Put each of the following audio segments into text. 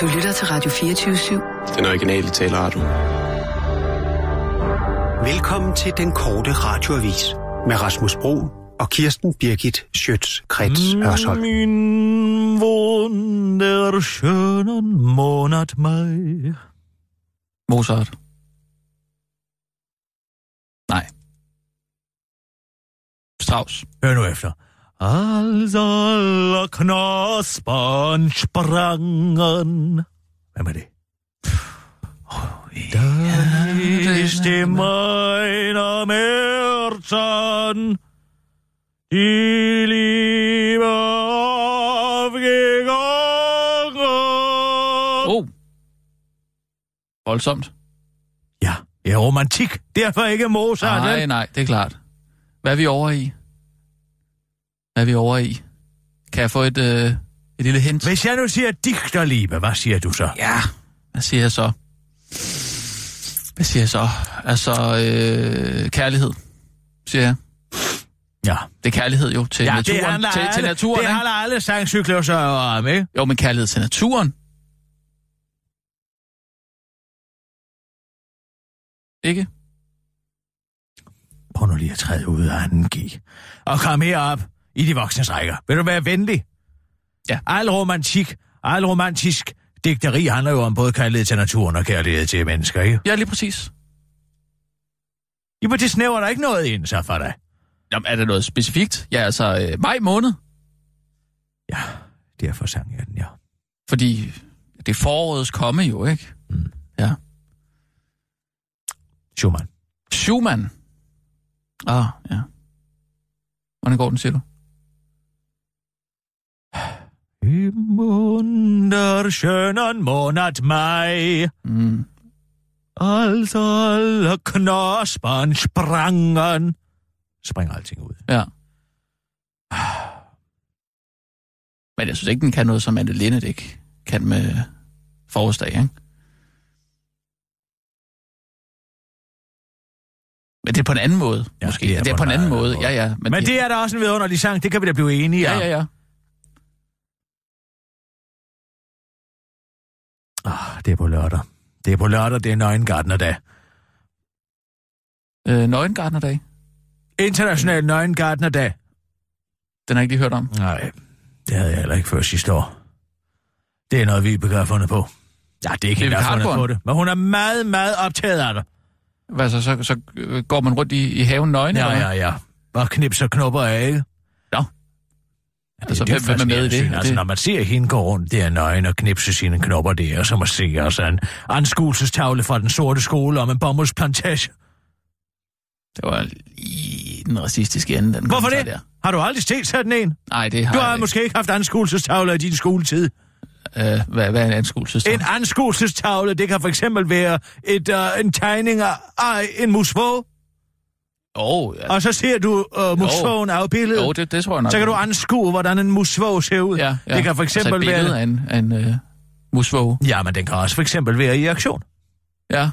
Du lytter til Radio 24-7. Den originale taleradio. Velkommen til den korte radioavis med Rasmus Bro og Kirsten Birgit Schøtz-Krets Hørsholm. Min wunderschönen Monat Mai. Mozart. Nej. Strauss. Hør nu efter. Als alle knosperne sprangen. Hvem er det? Dann ist die meiner Märzen die Liebe aufgegangen. Oh. Voldsomt. Ja, ja, romantik. Derfor ikke Mozart. Nej, vel? nej, det er klart. Hvad er vi over i? Hvad er vi over i? Kan jeg få et, øh, et lille hint? Hvis jeg nu siger digterliebe, hvad siger du så? Ja. Hvad siger jeg så? Hvad siger jeg så? Altså, øh, kærlighed, siger jeg. Ja, Det er kærlighed jo til ja naturen. det handler til, alle, til naturen, det ikke? handler alle sangcykler så om, ikke? Jo, men kærlighed til naturen. Ikke? Prøv nu lige at træde ud af anden G. Og kom herop i de voksnes rækker. Vil du være venlig? Ja. Al romantik, al romantisk digteri handler jo om både kærlighed til naturen og kærlighed til mennesker, ikke? Ja, lige præcis. Jamen, det snæver der ikke noget ind, så for dig. Jamen, er der noget specifikt? Ja, altså øh, maj måned, Ja, derfor sang jeg den, ja. fordi det er forårets komme jo, ikke? Schumann. Schumann. Ah, ja. Hvordan går den, siger du? Im wunderschönen Monat Mai, Mm. als altså alle Knospern sprangen. Springer alting ud. Ja. Men jeg synes ikke, den kan noget, som Anne Linnet ikke kan med forårsdag, ikke? Men det er på en anden måde, Ja, måske. det Det er er, det er på på en en anden meget måde. anden Ja, ja. Men, Men det er da også en vidunderlig sang, det kan vi da blive enige Ja, om. ja, ja. Ah, det er på lørdag. Det er på lørdag, det er Nøgengartnerdag. Øh, Nøgengartnerdag. International Nøgengartnerdag. Den har jeg ikke lige hørt om. Nej, det havde jeg heller ikke før sidste år. Det er noget, vi har fundet på. Ja, det er ikke Det er hende, der har fundet Kardborn. på det. Men hun er meget, meget optaget af det. Hvad så, så, så øh, går man rundt i, i haven nøgen? Ja, eller hvad? ja, ja. Og knips og knupper af, ikke? Det, altså, hvem, hvem er med i det? fascinerende syn. Er Altså, det? når man ser hende gå rundt der nøgen og knipse sine knopper, det er som at se altså, en anskuelsestavle fra den sorte skole om en bomuldsplantage. det var lige den racistiske ende, den Hvorfor kommentar det? Der. Har du aldrig set sådan en? Nej, det har Du jeg har ikke. måske ikke haft anskuelsestavler i din skoletid. Øh, hvad, hvad er en anskuelses? En anskuelsestavle, det kan for eksempel være et, uh, en tegning af af en musvog, Oh, ja. og så ser du uh, musvogen afbildet. Jo, det, det tror jeg nok. Så kan du anskue, hvordan en musvog ser ud. ja, ja. Det kan for eksempel altså et billede være... af en, af en uh, musvåge. Ja, men den kan også for eksempel være i aktion. Ja.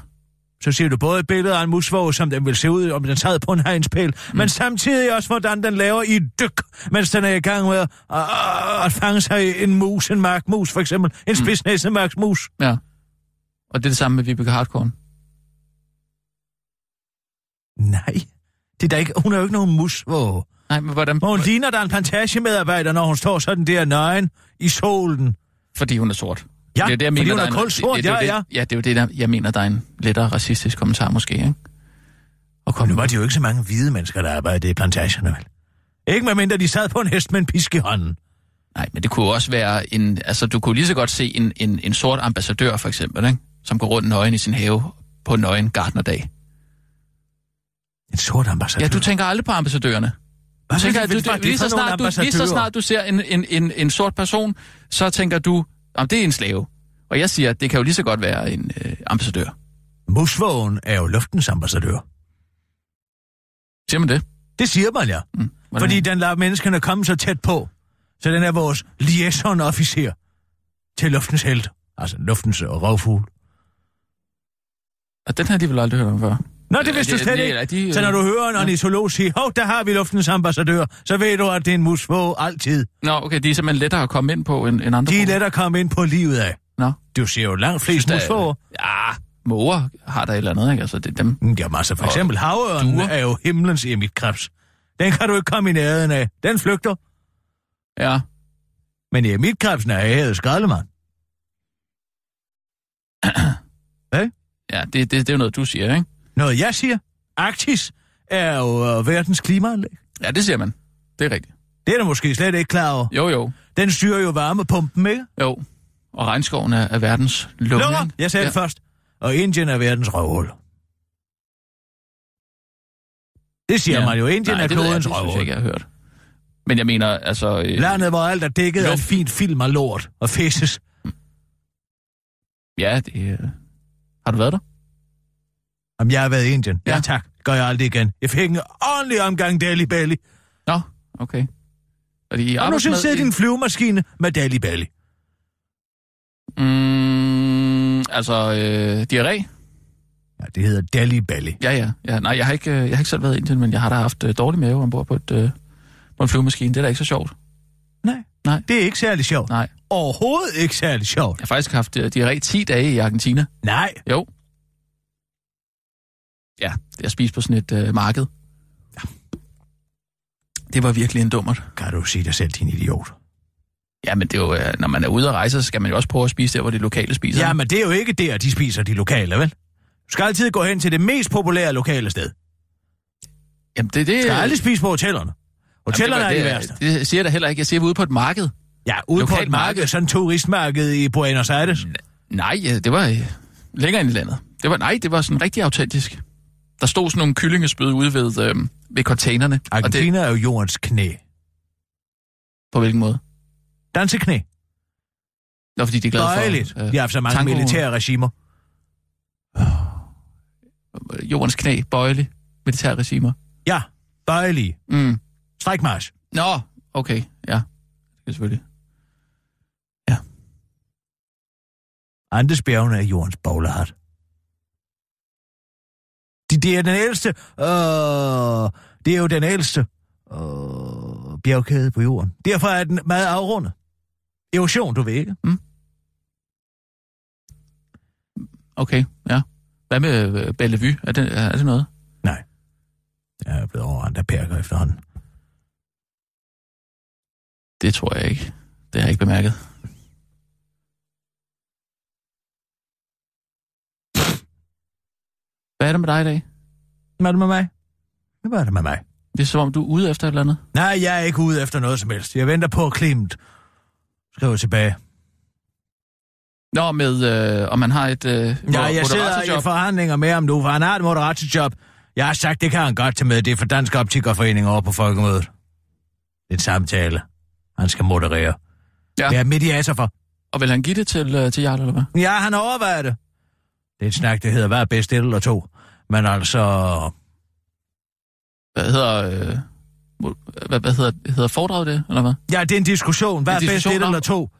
Så ser du både et billede af en musvåg, som den vil se ud, om den sad på en hegnspæl, mm. men samtidig også, hvordan den laver i et dyk, mens den er i gang med at, at- at fange sig en mus, en markmus for eksempel, en Mm. spidsnæset markmus. Og det er det samme med Vibeke Hardkorn. Nej, det er da ikke, hun er jo ikke nogen musvåg. Nej, men hvordan... Hun ligner der en plantagemedarbejder, når hun står sådan der nøgen i solen. Fordi hun er sort. Ja, det, jeg fordi mener, hun der er en- kulsort, det- det er jo ja, det- Ja, det er jo det, der, jeg mener, der er en lettere racistisk kommentar måske, ikke? Og kom Nu var det jo ikke så mange hvide mennesker, der arbejdede i plantagerne, vel? Ikke medmindre de sad på en hest med en pisk i hånden. Nej, men det kunne jo også være en... Altså, du kunne lige så godt se en, en, en sort ambassadør, for eksempel, ikke? Som går rundt nøgen i sin have på nøgen gartnerdag. En sort ambassadør. Ja, du tænker aldrig på ambassadørerne. Hvad tænker, er at det- du, hvad er det lige, for så nogle snart, du, lige så ambassadører? snart du ser en, en, en, en sort person, så tænker du, om det er en slave. Og jeg siger, at det kan jo lige så godt være en øh, ambassadør. Musvågen er jo luftens ambassadør. Siger man det? Det siger man, ja. Mm. Hvordan- Fordi den lader menneskene komme så tæt på. Så den er vores liaison-officer til luftens held. Altså luftens rovfugl. Og den har de vel aldrig hørt om før. Nå, det Øh, vidste er du de- slet er de- ikke. er de, Så når øh, du hører en nå. ornitolog sige, hov, der har vi luftens ambassadør, så ved du, at det er en musvåg altid. Nå, okay, de er simpelthen lettere at komme ind på end, end andre. De er grupper. let at komme ind på livet af. Nå. Du ser jo langt flest Der- musvåger. Ja, måger har der et eller andet, ikke? Altså, det er dem. Mm, Jamen altså, for Og eksempel havøren duer. er jo himlens emitkrebs. Den kan du ikke komme i nærheden af. Den flygter. Ja. Men emitkrebsen er æret skraldemand. Ja, det, det, det er jo noget, du siger, ikke? Noget jeg siger. Arktis er jo øh, verdens klimaanlæg. Ja, det siger man. Det er rigtigt. Det er du måske slet ikke klar over. Jo, jo, Den styrer jo varmepumpen, ikke? jo. Og regnskoven er, er verdens lunge. Lunger, ikke? jeg sagde ja. det først. Og Indien er verdens røvhul. Det siger ja. man jo. Indien Nej, er det ved jeg, klodens det synes jeg røvhul. ikke, jeg har hørt. Men jeg mener, altså... Øh, Landet, hvor alt er dækket af Luft. fint film og lort og fisses. Ja, det... Øh, har du været der? Om jeg har været i Indien. Ja, Ja. ja tak. Gør jeg aldrig igen. Jeg fik en ordentlig omgang Dali Belly. Nå, okay. Og, de Og nu skal jeg sidde i din flyvemaskine med Dali Belly. Mm, altså, øh, diarré? Ja, det hedder Dali Belly. Ja, ja, ja. Nej, jeg har, ikke, øh, jeg har ikke selv været i Indien, men jeg har da haft øh, dårlig mave ombord på, et, øh, på en flyvemaskine. Det er da ikke så sjovt. Nej. Nej. Det er ikke særlig sjovt. Nej. Overhovedet ikke særlig sjovt. Jeg har faktisk haft øh, diarré 10 dage i Argentina. Nej. Jo. Ja, jeg spiste på sådan et øh, marked. Det var virkelig en dummert. Kan du sige dig selv, din idiot? Ja, men det er jo, øh, når man er ude at rejse, så skal man jo også prøve at spise der, hvor de lokale spiser. Ja, men det er jo ikke der, de spiser de lokale, vel? Du skal altid gå hen til det mest populære lokale sted. Du Jamen, det, det, skal aldrig spise på hotellerne. Hotellerne Jamen, er de det, var- værste. Det, det siger jeg da heller ikke. Jeg siger, vi er ude på et marked. Ja, ude på lokalt et marked, marked. sådan turistmarked i Buenos Aires. Nej, øh, det var øh, længere ind i landet. Det var, nej, det var sådan rigtig autentisk. Der stod sådan nogle kyllingespyd ude ved, øh, ved containerne. Og det, Argentina er jo jordens knæ. på hvilken måde? Danseknæ. Nå, fordi de er glade Dejligt. for... øh, De har haft så mange tango- militære regimer. øh, Jordens knæ, bøjle, militærregimer. Ja, dejlige. Mm. Strækmarsch. Nå, okay, ja. Det er selvfølgelig. Andesbjergene er jordens boglehat. Det, det er den ældste, øh, det er jo den ældste øh, bjergkæde på jorden. Derfor er den meget afrundet. Erosion, du ved ikke. Okay, ja. Hvad med øh, Bellevue? Er det, er er det noget? Jeg er blevet overrendt af perker efterhånden. Det tror jeg ikke. Det har jeg ikke bemærket. Hvad er det med dig i dag? Hvad er det med mig? Hvad er det med mig? Det er som om, du er ude efter et eller andet. Nej, jeg er ikke ude efter noget som helst. Jeg venter på, at Klimt skriver tilbage. Nå, med, øh, om man har et øh, Ja, jeg sidder i moderatorjob. forhandlinger med ham nu, for han har et moderatorjob. Jeg har sagt, det kan han godt tage med. Det er for Dansk Optikerforening over på Folkemødet. Det er en samtale. Han skal moderere. Ja. Ja. Det er mediator for. Og vil han give det til, øh, til Jarl, eller hvad? Ja, han overvejer det. Det er et snak, det hedder, hvad er bedst et eller to? Men altså, Hvad hedder, øh, mo- hvad, hvad hedder, hedder foredraget det, eller hvad? ja, det er en diskussion. Hvad er En bedst diskussion et om- eller to?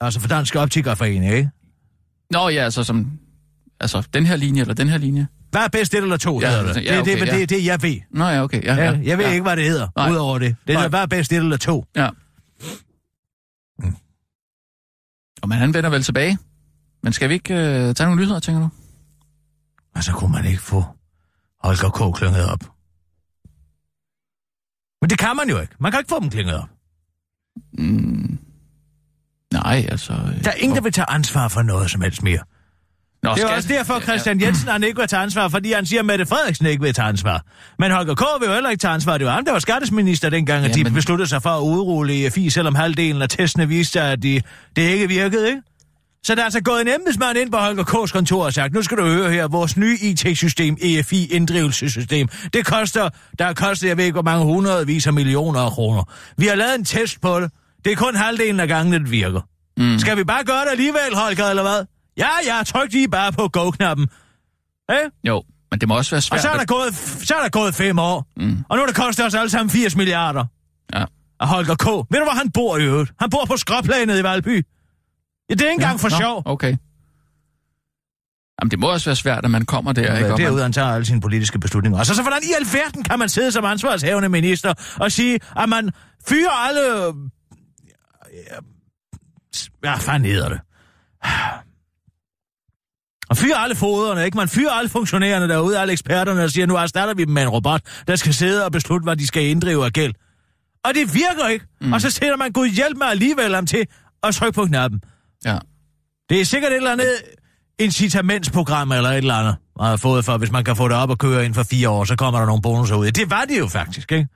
Altså for Dansk Optikerforening, ikke? Nå ja, altså som... Altså, den her linje, eller den her linje? Hvad er bedst et eller to, Ja, ja, hedder det. ja, Ja, det, er det, okay, det, ja. det, er det, jeg ved. Nå ja, okay. Ja, ja, Ja, jeg ved ja. ikke, hvad det hedder, Nej. udover det. Det Nej. er bare bedst et eller to. Mm. Og man han vender vel tilbage. Men skal vi ikke øh, tage nogle nyheder, tænker du? Og så kunne man ikke få Holger K. klynget op. Men det kan man jo ikke. Man kan ikke få dem klynget op. Mm. Nej, altså... Øh, Der er ingen, der vil tage ansvar for noget som helst mere. Nå, Det er skal- også derfor, Christian Jensen han ikke vil tage ansvar, fordi han siger, at Mette Frederiksen ikke vil tage ansvar. Men Holger K. vil jo heller ikke tage ansvar. Det var ham, der var skattesminister dengang, at Ja, ja, de men- besluttede sig for at udrulle EFI, selvom halvdelen af testene viste sig, at de, det ikke virkede, ikke? Så der er altså gået en embedsmand ind på Holger K.'s kontor og sagt, nu skal du høre her, vores nye E IT-system, EFI-inddrivelsessystem, det koster, der har kostet, jeg ved ikke, hvor mange hundredvis af millioner af kroner. Vi har lavet en test på det. Det er kun halvdelen af gangene, det virker. Mm. Skal vi bare gøre det alligevel, Holger, eller hvad? Ja, ja, tryk lige bare på go-knappen. Eh? Jo, men det må også være svært... Og så er, at- der gået, så er der gået fem år. Mm. Og nu er det kostet os alle sammen 80 milliarder. Ja. Og Holger K. Ved du, hvor han bor i øvrigt? Han bor på skråplanet i Valby. Ja, det er ikke engang for Nå, sjov. Okay. Jamen, det må også være svært, at man kommer der, ikke? Ja, Og man- derude, han tager alle sine politiske beslutninger. Og så, så hvordan i alverden kan man sidde som ansvarshævende minister og sige, at man fyrer alle øh, Hvad fanden hedder det? Og fyre alle foderne, ikke? Man fyrer alle funktionærerne derude, alle eksperterne, og siger, nu erstatter vi dem med en robot, der skal sidde og beslutte, hvad de skal inddrive af gæld. Og det virker ikke. Mm. Og så sætter man Gud hjælp mig alligevel om til at trykke på knappen. Ja. Det er sikkert et eller andet incitamentsprogram eller et eller andet, man har fået for, hvis man kan få det op og køre inden for fire år, så kommer der nogle bonusser ud. Det var det jo faktisk, ikke?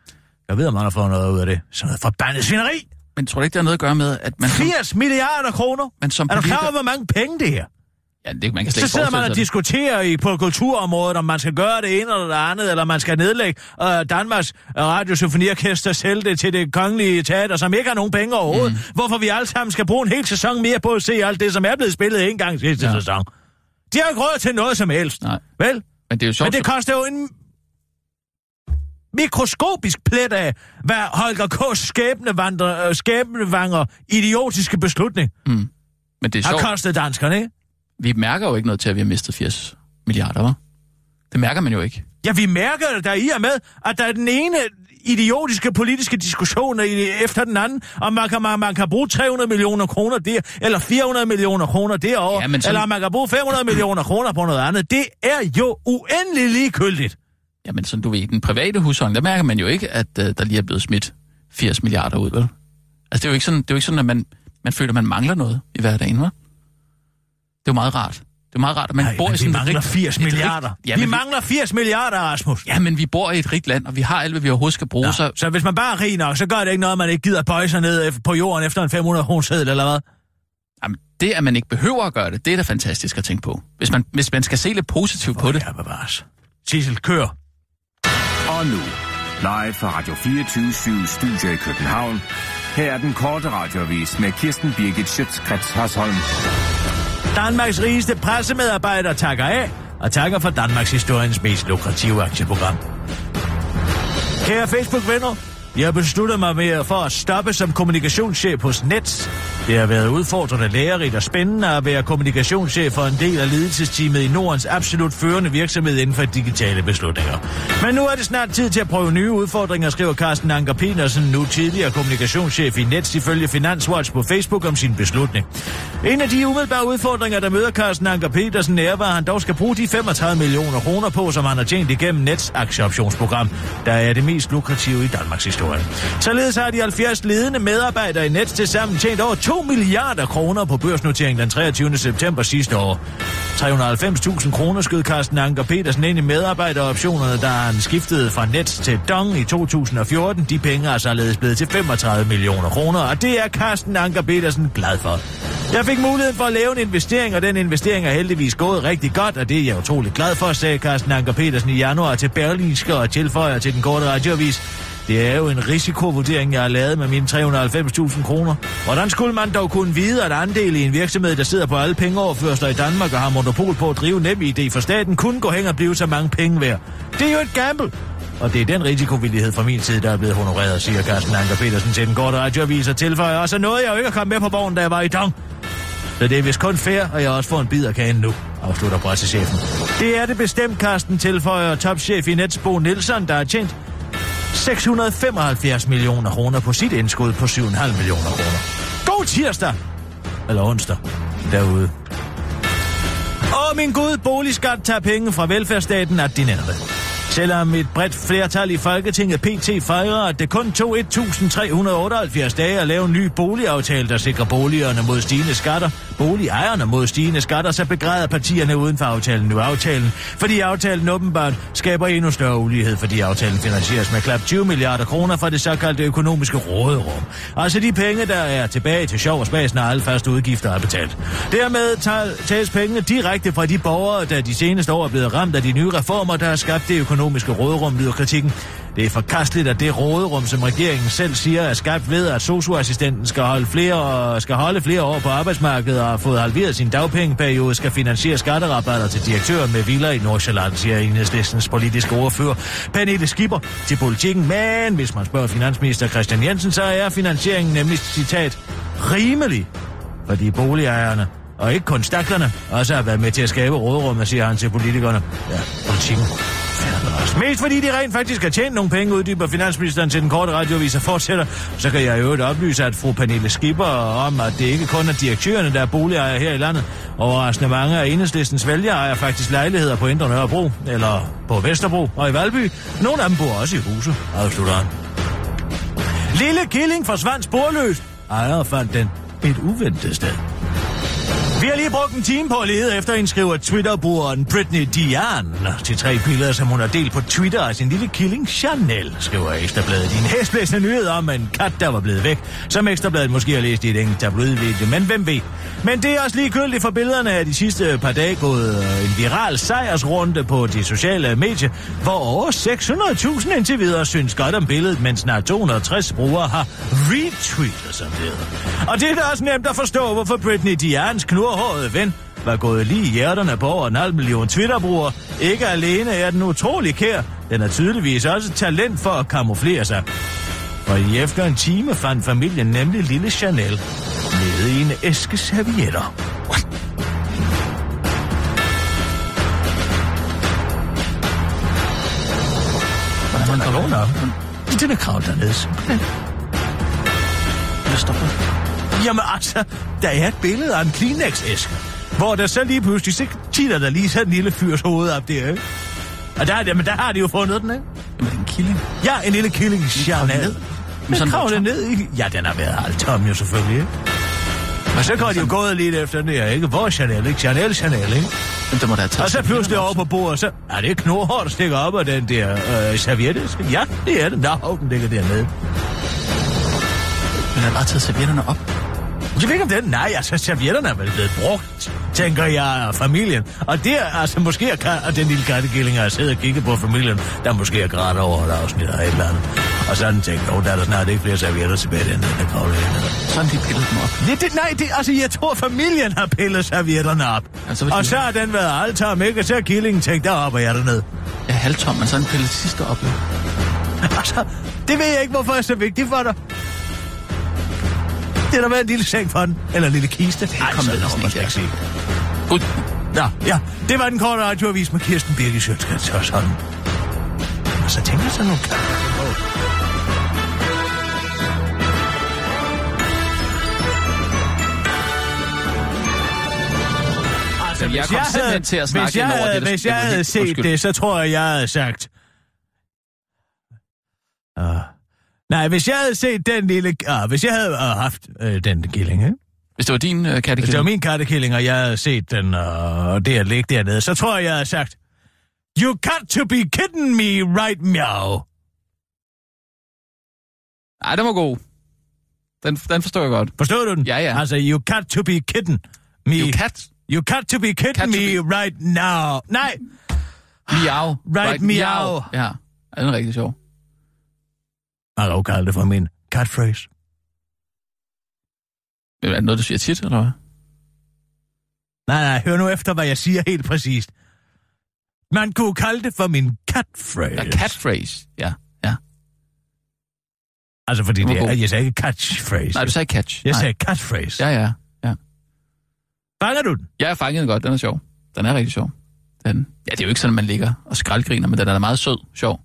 Jeg ved, om man har fået noget ud af det. Sådan noget forbandet svineri. Men tror du ikke, det har noget at gøre med, at man... Som, 80 milliarder kroner. men som Er du klar politiker- over, hvor mange penge det her? Ja, det, man kan slet Så ikke sidder man forestille og sig det. diskuterer i, på kulturområdet, om man skal gøre det ene eller det andet, eller man skal nedlægge øh, Danmarks Radiosymfoniorkester sælge det til det kongelige teater, som ikke har nogen penge overhovedet. Mm. Hvorfor vi alle sammen skal bruge en hel sæson mere på at se alt det, som er blevet spillet en gang sidste ja. Ja. sæson. De har ikke råd til noget som helst. Nej. Vel? Men det er jo sjovt. Men det koster jo en mikroskopisk plet af, hvad Holger K.'s skæbnevanger, øh, skæbnevanger idiotiske beslutning Men det er har sjovt. kostet danskerne, ikke? Vi mærker jo ikke noget til, at vi har mistet 80 milliarder, hva'? Det mærker man jo ikke. Ja, vi mærker det der i og med, at der er den ene idiotiske politiske diskussion i- efter den anden, om man kan, man, man kan bruge 300 millioner kroner der, eller 400 millioner kroner derovre, Ja, ja, men sådan- eller om man kan bruge 500 millioner kroner på noget andet. Det er jo uendelig ligegyldigt. Jamen, sådan du ved, i den private husholdning, der mærker man jo ikke, at øh, der lige er blevet smidt 80 milliarder ud, vel? Altså, det er jo ikke sådan, det er jo ikke sådan at man, man føler, at man mangler noget i hverdagen, hva'? Det er jo meget rart. Det er meget rart, at man Nej, bor i men vi sådan et mangler rigt- 80 et rigt- milliarder. Ja, vi men vi, mangler 80 milliarder, Rasmus. ja, men vi bor i et rigt land, og vi har alt, hvad vi overhovedet skal bruge, så... Så hvis man bare er rig nok, så gør det ikke noget, at man ikke gider bøje sig ned ef- på jorden efter en 500 kroneseddel eller hvad. Jamen, det, at man ikke behøver at gøre det, det er da fantastisk at tænke på. Hvis man, hvis man skal se lidt positivt på det. Ja, bevares. Sissel, kør. Og nu, live fra Radio 24 Studio i København. Her er den korte radiovis med Kirsten Birgit Schøtzgrads Hasholm. Danmarks rigeste pressemedarbejder takker af og takker for Danmarks historiens mest lukrative aktieprogram. Kære Facebook-venner, jeg besluttede mig mere for at stoppe som kommunikationschef hos Nets. Det har været udfordrende, lærerigt og spændende at være kommunikationschef for en del af ledelsesteamet i Nordens absolut førende virksomhed inden for digitale beslutninger. Men nu er det snart tid til at prøve nye udfordringer, skriver Carsten Anker Petersen, nu tidligere kommunikationschef i Nets, ifølge Finanswatch på Facebook om sin beslutning. En af de umiddelbare udfordringer, der møder Carsten Anker Petersen, er, hvad han dog skal bruge de 35 millioner kroner på, som han har tjent igennem Nets aktieoptionsprogram, der er det mest lukrative i Danmarks historie. Således har de 70 ledende medarbejdere i Nets til sammen tjent over 2 milliarder kroner på børsnoteringen den 23. september sidste år. 390.000 kroner skød Carsten Anker Petersen ind i medarbejderoptionerne, da han skiftede fra Nets til Dong i 2014. De penge er således blevet til 35 millioner kroner, og det er Carsten Anker Petersen glad for. Jeg fik muligheden for at lave en investering, og den investering er heldigvis gået rigtig godt, og det er jeg utrolig glad for, sagde Carsten Anker Petersen i januar til Berlinske og tilføjer til den korte radioavis. Det er jo en risikovurdering, jeg har lavet med mine 390.000 kroner. Hvordan skulle man dog kunne vide, at andel i en virksomhed, der sidder på alle pengeoverførsler i Danmark og har monopol på at drive nem idé for staten, kunne gå hen og blive så mange penge værd? Det er jo et gamble! Og det er den risikovillighed fra min side, der er blevet honoreret, siger Carsten Anker Petersen til den korte radioavis og tilføjer. Og så nåede jeg jo ikke at komme med på vognen, da jeg var i dong. Så det er vist kun fair, og jeg også får en bid af kagen nu, afslutter pressechefen. Det er det bestemt, Carsten tilføjer topchef i Nets Bo Nielsen, der har tjent 675 millioner kroner på sit indskud på 7,5 millioner kroner. God tirsdag! Eller onsdag. Derude. Åh, min Gud, boligskat tager penge fra velfærdsstaten, at de nærmere. Selvom et bredt flertal i Folketinget PT fejrer, at det kun tog 1.378 dage at lave en ny boligaftale, der sikrer boligerne mod stigende skatter, boligejerne mod stigende skatter, så begræder partierne uden for aftalen nu aftalen, fordi aftalen åbenbart skaber endnu større ulighed, fordi aftalen finansieres med klap 20 milliarder kroner fra det såkaldte økonomiske råderum. Altså de penge, der er tilbage til sjov og spas, når alle faste udgifter er betalt. Dermed tager- tages pengene direkte fra de borgere, der de seneste år er blevet ramt af de nye reformer, der har skabt det økonomiske råderum, lyder kritikken. Det er forkasteligt, at det råderum, som regeringen selv siger, er skabt ved, at socioassistenten skal holde flere, skal holde flere år på arbejdsmarkedet og har fået halveret sin dagpengeperiode, skal finansiere skatterabatter til direktører med villa i Nordsjælland, siger enhedslistens politiske ordfører Pernille Skipper til politikken. Men hvis man spørger finansminister Christian Jensen, så er finansieringen nemlig, citat, rimelig, fordi boligejerne og ikke kun staklerne, også har været med til at skabe råderummet, siger han til politikerne. Ja, politikken. Færdig. Mest fordi de rent faktisk har tjent nogle penge, uddyber finansministeren til den korte radioavis og fortsætter. Så kan jeg i øvrigt oplyse, at fru Pernille Skipper om, at det ikke kun er direktørerne, der er boligejere her i landet. Overraskende mange af enhedslistens vælgere ejer faktisk lejligheder på Indre Nørrebro, eller på Vesterbro og i Valby. Nogle af dem bor også i huse, afslutter han. Lille Killing forsvandt sporløst. Ejer fandt den et uventet sted. Vi har lige brugt en time på at lede efter en skriver Twitter-brugeren Britney Diane til tre billeder, som hun har delt på Twitter af sin lille killing Chanel, skriver Ekstrabladet i en hæsblæsende nyhed om en kat, der var blevet væk, som Ekstrabladet måske har læst i et enkelt tabloidvideo, men hvem ved. Men det er også ligegyldigt for billederne af de sidste par dage gået øh, en viral sejrsrunde på de sociale medier, hvor over 600.000 indtil videre synes godt om billedet, mens snart 260 brugere har retweetet, som det hedder. Og det er da også nemt at forstå, hvorfor Britney Dianes knurhårede ven var gået lige i hjerterne på over en halv million Twitter-brugere. Ikke alene er den utrolig kær, den er tydeligvis også talent for at kamuflere sig. Og i efter en time fandt familien nemlig lille Chanel nede i en æske servietter. Hvordan man går Corona. Det er den krav dernede, simpelthen. Jeg stopper. Jamen altså, der er et billede af en Kleenex-æske, hvor der så lige pludselig så titter der lige sådan en lille fyrs hoved op der, ikke? Og der, jamen, der har de jo fundet den, ikke? Jamen, er en killing. Ja, en lille killing i ned. Chanel. Men sådan sådan var kravler tom. ned i... Ja, den har været halvtom jo selvfølgelig, ikke? Og så går de jo gået lidt efter den her, ikke? Hvor er Chanel, ikke? Chanel, Chanel, ikke? Jamen, det må da have taget Og så sig pludselig lidt over på bordet, så er det knorhår, der stikker op af den der øh, serviette. Ja, det er det. Nå, hov, den ligger dernede. op. Men han har bare taget servietterne op. Jeg ved ikke om den. Nej, altså servietterne er vel blevet brugt, tænker jeg og familien. Og det er altså måske, at ka- at den lille kattekilling har siddet og kigget på familien, der måske er grædt over et afsnit eller et eller andet. Og sådan tænkte jeg, oh, der er der snart ikke flere servietter tilbage den der kravler hernede. Sådan de pillede dem op. Det, det, nej, det, altså jeg tror, familien har pillet servietterne op. Altså, Altså, hvis og de- så har den været altom, ikke? Og så har killingen tænkt, der hopper jeg derned. Jeg er halvtom, men sådan pillede det sidste op. jo. Altså, det ved jeg ikke, hvorfor er så vigtigt for dig. Det har da været en lille seng for den. Eller en lille kiste. Det kom der næsten ikke, sige. Gud, Nå, ja, det var den korte radioavis med Kirsten Birgit Sjøtskrets og sådan. Og så tænker jeg sådan nogle... Altså, Men jeg hvis kom havde- simpelthen til at snakke hvis jeg, ind over det, havde- det- Hvis det jeg var helt- havde set undskyld. det, så tror jeg, jeg havde sagt... Uh, nej, hvis jeg havde set den lille... Uh, hvis jeg havde uh, haft uh, den killing, ikke? hvis det var din øh, Hvis det var kattekilling, min kattekilling, og jeg havde set den, og det at ligge dernede, så tror jeg, jeg havde sagt, You got to be kidding me, right meow. nej, den var god. Den, den forstår jeg godt. Forstod du den? Ja, ja. Altså, you got to be kidding me. You cat, you got to be Got kidding to me right now. Nej, miau. Ah, Right, miau. Ja, Ja, den er rigtig sjov. man kan jo kalde det for min catphrase. Er det noget, du siger tit, eller hvad? Nej, nej, hør nu efter, hvad jeg siger helt præcist. Man kunne kalde det for min catphrase. Ja, catphrase. Ja, ja. Altså, fordi Den var det er, god. jeg sagde ikke catchphrase. Nej, du sagde catch. Jeg Nej. sagde catphrase. Ja, ja. Fanger du den? Jeg er fanget den godt, den er sjov. Den er rigtig sjov. Den. Ja, det er jo ikke sådan, man ligger og skraldgriner, men den er da meget sød, sjov.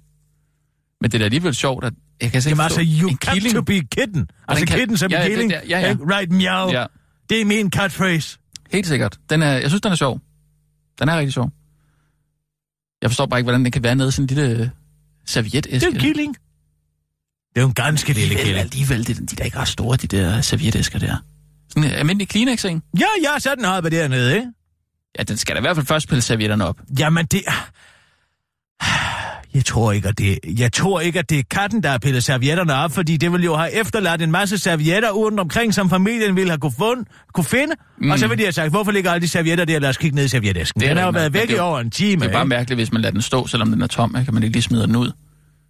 Men det er da alligevel sjovt, at jeg kan altså ikke Jamen altså, forstå, you en got to be kitten. Altså kan- kitten som Ja, ja, ja, det killing. der- ja, ja. ikke? Right meow. Ja. Ja. Det er min catchphrase. Helt sikkert. Den er, jeg synes, den er sjov. Den er rigtig sjov. Jeg forstår bare ikke, hvordan den kan være nede i sådan en lille øh, Det servietæske. er en killing. Det er jo en ganske lille Alligevel, killing. alligevel, det er den- de er da ikke ret store, de der servietæsker der. Sådan en øh, almindelig Kleenex, ikke? Ja, ja, så er den hoppet dernede, ikke? Ja, den skal da i hvert fald først pille servietterne op. Jamen, det er... Jeg tror, ikke, at det, jeg tror ikke, at det er katten, der har pillet servietterne op, fordi det ville jo have efterladt en masse servietter rundt omkring, som familien ville have kunne, fund, kunne finde. Mm. Og så ville de have sagt, hvorfor ligger alle de servietter der? Lad os kigge ned i servietæsken. Det er Den har jo rigtigt været nok, men væk i det er jo- over en time. Det er bare ikke? mærkeligt, hvis man lader den stå, selvom den er tom, ikke? Kan man ikke lige smider den ud. Det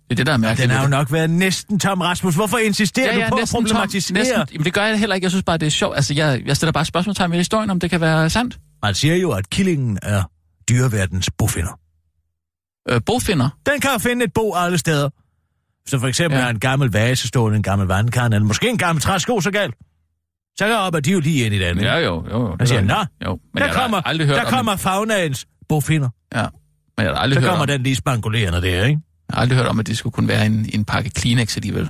er det, der er mærkeligt. Den ved har jo det. nok været næsten tom, Rasmus. Hvorfor insisterer du på at næsten, Tom. problematisere? Næsten. Jamen, det gør jeg da heller ikke. Jeg synes bare, det er sjovt. Altså, jeg, jeg stiller bare spørgsmålstegn ved historien, om det kan være sandt. Man siger jo, at killingen er dyreverdens bofinder. Øh, bofinder. Den kan jo finde et bo alle steder. Så for eksempel Ja. ja. er en gammel vase stående, en gammel vandkarn, eller måske en gammel træsko så galt. Så kan op, at de jo lige ind i den. Ja, Ja, jo, jo. jo det siger, er- "Nå, Jo, men der jeg har da kommer, aldrig hørt der om kommer faunaens bofinder. Ja. Men Men jeg har aldrig, Så hørt kommer om, jeg den lige spankulerende der, ikke? har aldrig hørt om, at det skulle kunne være en, en pakke Kleenex alligevel.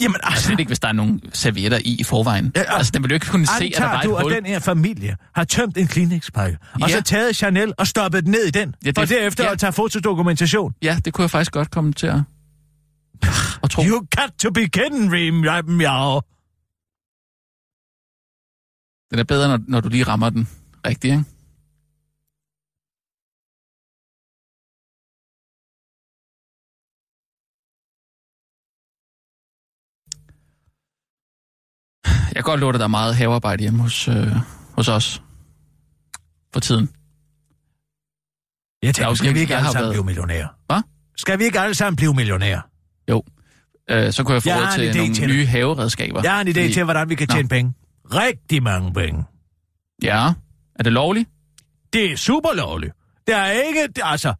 Jamen altså, Slet ikke, hvis der er nogen servietter i i forvejen. Ja, Ja, og- altså, den vil jo ikke kunne se, at der antager var du, et at hul. den her familie har tømt en Kleenex-pakke, og Ja. så taget Chanel og stoppet den ned i den, Ja, det- og derefter ja. at tage fotodokumentation? Ja, det kunne jeg faktisk godt komme til at, at tro. You got to be kidding me, right, meow. Den er bedre, når, når du lige rammer den rigtigt, ikke? Jeg kan godt love dig, der er meget havearbejde hjemme hos, øh, hos os for tiden. Jeg Der er tænker, jo skal vi virkelig- ikke jeg alle har sammen været- blive millionærer? Hva? Skal vi ikke alle sammen blive millionærer? Øh, så kunne jeg få Jeg råd har en til idé nogle til dig. nye haveredskaber. Jeg har en idé Fordi- til, hvordan vi kan Nå. tjene penge. Rigtig mange penge. Ja, er det lovligt? Det er super lovligt. Der er ikke, altså,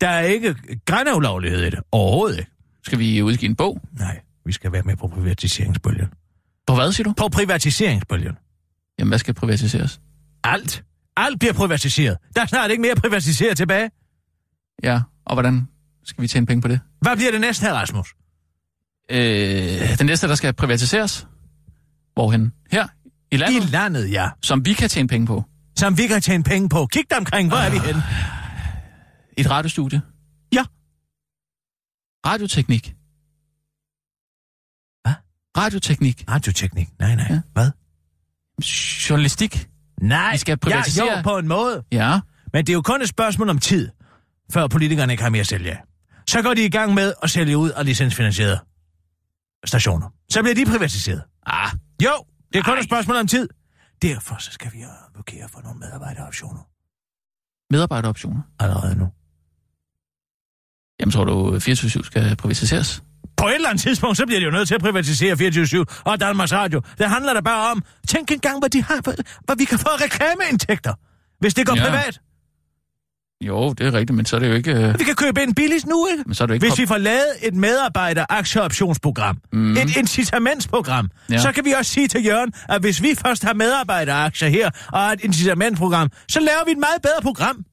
der er ikke grænulovlighed i det. Overhovedet ikke. Skal vi udgive en bog? Nej, vi skal være med på privatiseringsbølgen. På hvad, siger du? På privatiseringsbølgen. Jamen, hvad skal privatiseres? Alt. Alt bliver privatiseret. Der er snart ikke mere privatiseret tilbage. Ja, og hvordan skal vi tjene penge på det? Hvad bliver det næste her, Rasmus? Øh, den næste, der skal privatiseres, hvorhen? Her i I landet, I... landet, ja. som vi kan tjene penge på. Som vi kan tjene penge på. Kig dig omkring, hvor er vi henne? Et radiostudie. Ja. Radioteknik. Hvad? Radioteknik. Radioteknik. Nej, nej. Ja. Hvad? Journalistik. Nej. Vi skal Ja, privatisere. jo, på en måde. Ja. Men det er jo kun et spørgsmål om tid, før politikerne ikke har mere at sælge af. Så går de i gang med at sælge ud af licensfinansierede stationer. Så bliver de privatiseret. Ah, Jo, det er kun Ej. et spørgsmål om tid. Derfor så skal vi advokere for nogle medarbejderoptioner medarbejderoptioner. allerede nu. Jamen, tror du, 24 skal privatiseres? På et eller andet tidspunkt, så bliver de jo nødt til at privatisere 24 og Danmarks Radio. Det handler da bare om, tænk engang, hvad, de har, hvad, hvad vi kan få af reklameindtægter, hvis det går ja. Ja. privat. Jo, det er rigtigt, men så er det jo ikke... Øh... Vi kan købe en billigst nu, ikke? Men så er det jo ikke... Hvis vi får lavet et medarbejder-aktieoptionsprogram, mm. et incitamentsprogram, ja. Ja. så kan vi også sige til Jørgen, at hvis vi først har medarbejderaktier her og et incitamentprogram, så laver vi et meget bedre program.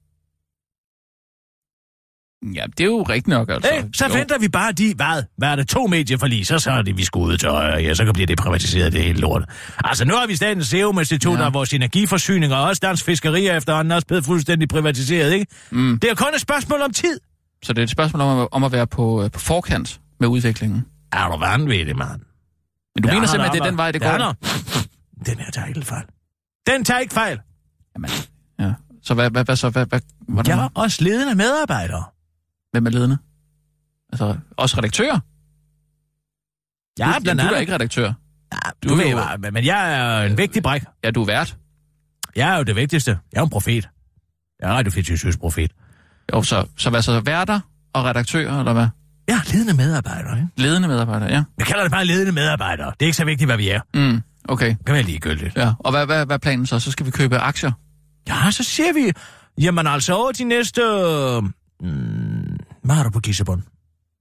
Ja, det er jo rigtigt nok, altså. Ikke? Så Jo. venter vi bare de, hvad, hvad er det, to medieforlig, så så er det, vi skulle ud til højre, ja, så kan blive det privatiseret, det hele lort. Altså, nu har vi Statens Serum Institut, ja. Ja. og vores energiforsyning, og også dansk fiskeri er efterhånden også blevet fuldstændig privatiseret, ikke? Mm. Det er kun et spørgsmål om tid. Så det er et spørgsmål om at, om at være på, øh, på forkant med udviklingen. Er du vanvittig, mand? Men du Ja, ja, mener han simpelthen, at det er er- den vej, det går? Ja, nå. Den her tager ikke fejl. Den tager ikke fejl. Jamen, ja. Så hvad, hvad, hvad så? Hvad, hvad, hvordan, Jeg ja. er også ledende medarbejdere. Hvem er ledende? Altså, også redaktører? Ja, du, jamen, du er da ikke redaktør. Ja, du du er ved jo- jo... Men jeg er jo en vigtig bræk. Ja, du er vært. Jeg er jo det vigtigste. Jeg er jo en profet. Jeg er Radio 24 profet. Jo, så, så hvad så? Værter og redaktører, eller hvad? Jeg er ledende medarbejder, ikke? Ledende medarbejdere, ja. Jeg kalder det bare ledende medarbejdere. Det er ikke så vigtigt, hvad vi er. Mm, okay. Det kan være ligegyldigt. Ja. Og hvad, hvad, hvad er planen så? Så skal vi købe aktier. Ja, så ser vi... Jamen altså, over de næste... Mm, hvad har du på Gissebund? Hvad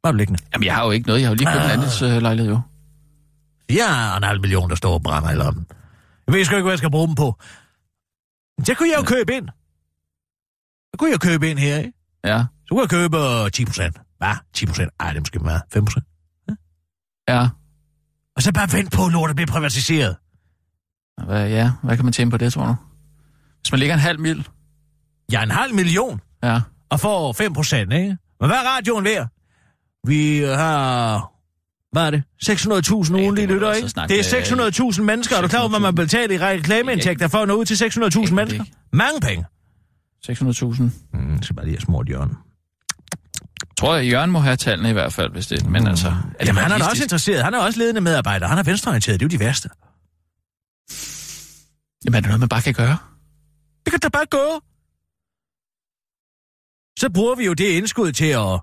har du liggende? Jamen, jeg har jo ikke noget. Jeg har jo lige købt en Ah. andens øh, lejlighed, jo. Ja, og en halv million, der står og brænder i lommen. Jeg ved sgu ikke, hvad jeg skal bruge dem på. Det kunne jeg jo købe ind. Det kunne jeg købe ind her, ikke? Ja, Så kunne jeg købe øh, 10 procent. Hvad? 10 procent? Ej, det er måske meget. 5 procent. ja. Og så bare vent på, at lortet bliver privatiseret. Hvad, ja. Hvad kan man tjene på det, tror du? Hvis man ligger en halv mil, Jeg er en halv million ja. og får 5 procent, ikke? Men hvad er radioen værd? Vi har... Hvad er det? 600.000 ugentlige må du lytter, altså ikke? snakke Det med- er 600.000 mennesker. Er du klar over, hvad man betaler i reklameindtægter for at nå ud til 600.000 ikke. mennesker? Mange penge. 600.000. Mm, så bare lige have smurt hjørnet. Tror jeg, Jørgen må have tallene i hvert fald, hvis det... Men altså... Er det Mm. Jamen, han er da også realistisk? interesseret. Han er også ledende medarbejder. Han er venstreorienteret. Det er jo de værste. Jamen, er det noget, man bare kan gøre? Det kan da bare gå. Så bruger vi jo det indskud til at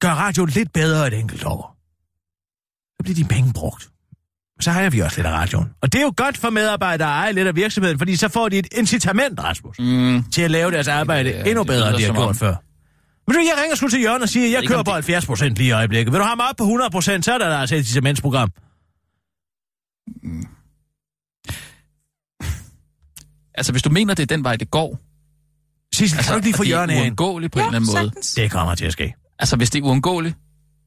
gøre radioen lidt bedre et enkelt år. Så bliver de penge brugt. Så har vi også lidt af radioen. Og det er jo godt for medarbejdere at eje lidt af virksomheden, fordi så får de et incitament, Rasmus, Mm. til at lave deres arbejde det- endnu det bedre, end lyder de har som om- gjort før. Men du, jeg ringer sgu til Jørgen og siger, at jeg ikke, kører om på 70 procent lige i øjeblikket. Vil du have mig op på 100 procent, så er der altså et incitamentsprogram. Altså, hvis du mener, det er den vej, det går, Sissel, altså, kan du ikke lige få og det er Jørgen herhen? uundgåeligt på en eller anden måde. sagtens. Det kommer til at ske. Altså, hvis det er uundgåeligt,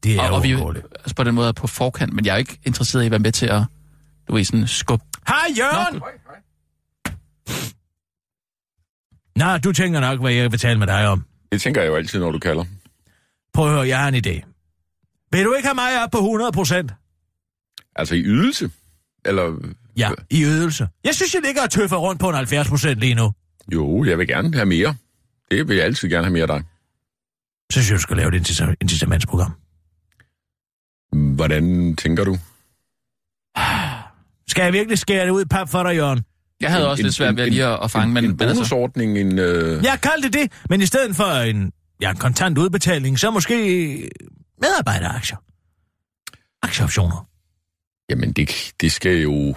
Det er og, og vi uundgåeligt. altså, på den måde er på forkant, men jeg er jo ikke interesseret i at være med til at, du ved, sådan skubbe. Hej Jørgen! Nå, du tænker nok, hvad jeg vil tale med dig om. Det tænker jeg jo altid, når du kalder. Prøv at høre, jeg har en idé. Vil du ikke have mig op på 100 procent? Altså i ydelse? Eller... Ja, i ydelse. Jeg synes, jeg ligger og tøffer rundt på en 70 procent lige nu. Jo, jeg vil gerne have mere. Det vil jeg altid gerne have mere af dig. Så synes jeg, du skal lave et incita- incitamentsprogram. Hvordan tænker du? Skal jeg virkelig skære det ud i pap for dig, Jørgen? Jeg havde En- også en- lidt svært ved en- lige at, at fange, en, men, en men altså, bonusordning, en... Øh... Jeg kaldte det, men i stedet for en ja, en kontant udbetaling, så måske medarbejderaktier. Aktieoptioner. Jamen, det, det skal jo...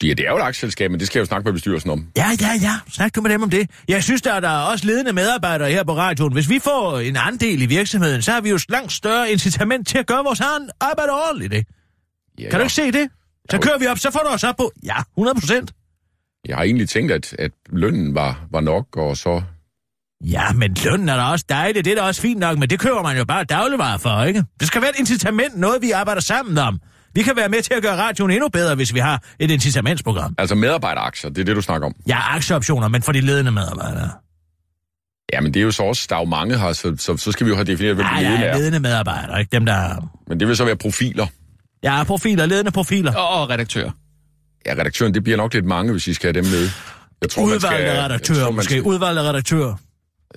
Det, det er jo et aktieselskab, men det skal jeg jo snakke med bestyrelsen om. Ja, ja, ja. Snak du med dem om det. Jeg synes, der er der også ledende medarbejdere her på radioen. Hvis vi får en andel i virksomheden, så har vi jo langt større incitament til at gøre vores an- arbejde ordentligt. Ikke? Ja, Kan du jeg, ikke se det? Så Jo. kører vi op, så får du os op på, ja, 100 procent. jeg har egentlig tænkt, at, at lønnen var, var nok, og så... Ja, men lønnen er da også dejlig, det er da også fint nok, men det køber man jo bare dagligvarer for, ikke? Det skal være et incitament, noget vi arbejder sammen om. Vi kan være med til at gøre radioen endnu bedre, hvis vi har et incitamentsprogram. Altså medarbejderaktier, det er det, du snakker om. Ja, aktieoptioner, men for de ledende medarbejdere. Jamen, det er jo så også, der er jo mange her, så, så, så skal vi jo have defineret, hvem Nej, de ledende ja, er. ledende medarbejdere, ikke? Dem, der... Men det vil så være profiler. Ja, profiler, ledende profiler. og, og redaktør. Ja, redaktøren, det bliver nok lidt mange, hvis I skal have dem med. Jeg Udvalgte jeg redaktører, tror, man måske. Udvalgte redaktører.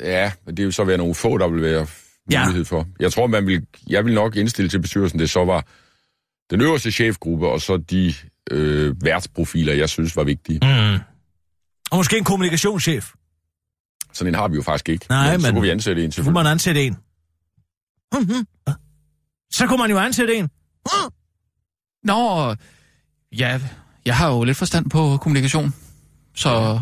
Ja, men det vil så være nogle få, der vil være Ja. mulighed for. Jeg tror, man vil, jeg vil nok indstille til bestyrelsen, det så var den øverste chefgruppe, og så de øh, værtsprofiler, jeg synes var vigtige. Mm. Og måske en kommunikationschef. Sådan en har vi jo faktisk ikke. Nej, Så men- kunne vi ansætte en Så kunne selvfølgelig. man ansætte en. Mhm. Så kunne man jo ansætte en. Nå, ja, jeg har jo lidt forstand på kommunikation, så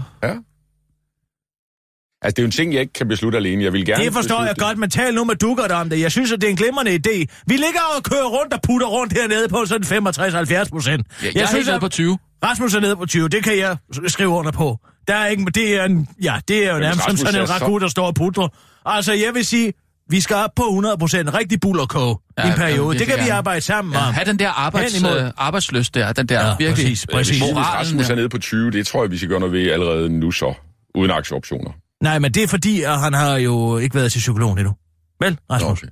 Altså, det er jo en ting, jeg ikke kan beslutte alene. Jeg vil gerne Det forstår beslutte jeg godt, men tal nu med dukkert om det. Jeg synes, at det er en glimrende idé. Vi ligger og kører rundt og putter rundt hernede på sådan 65-70 procent. jeg, jeg, jeg synes, er helt nede på 20. Rasmus er nede på 20, det kan jeg s- skrive under på. Der er ikke, det er en, ja, det er jo nærmest som Rasmus sådan en er så- ragu, der står og putrer. Altså, jeg vil sige, vi skal op på 100 procent. Rigtig bullerkog ja, i en ja, periode. det virkelig kan vi gerne. arbejde sammen Ja, om. have den der arbejds, Hen imod. øh, arbejdsløst der, den der Ja, ja, virkelig præcis, øh, præcis. Hvis moralen. Altså, Rasmus er der. nede på 20, det tror jeg, vi skal gøre noget ved allerede nu så, uden aktieoptioner. Nej, men det er fordi, at han har jo ikke været til psykologen endnu. Vel, Nå, Rasmus? okay.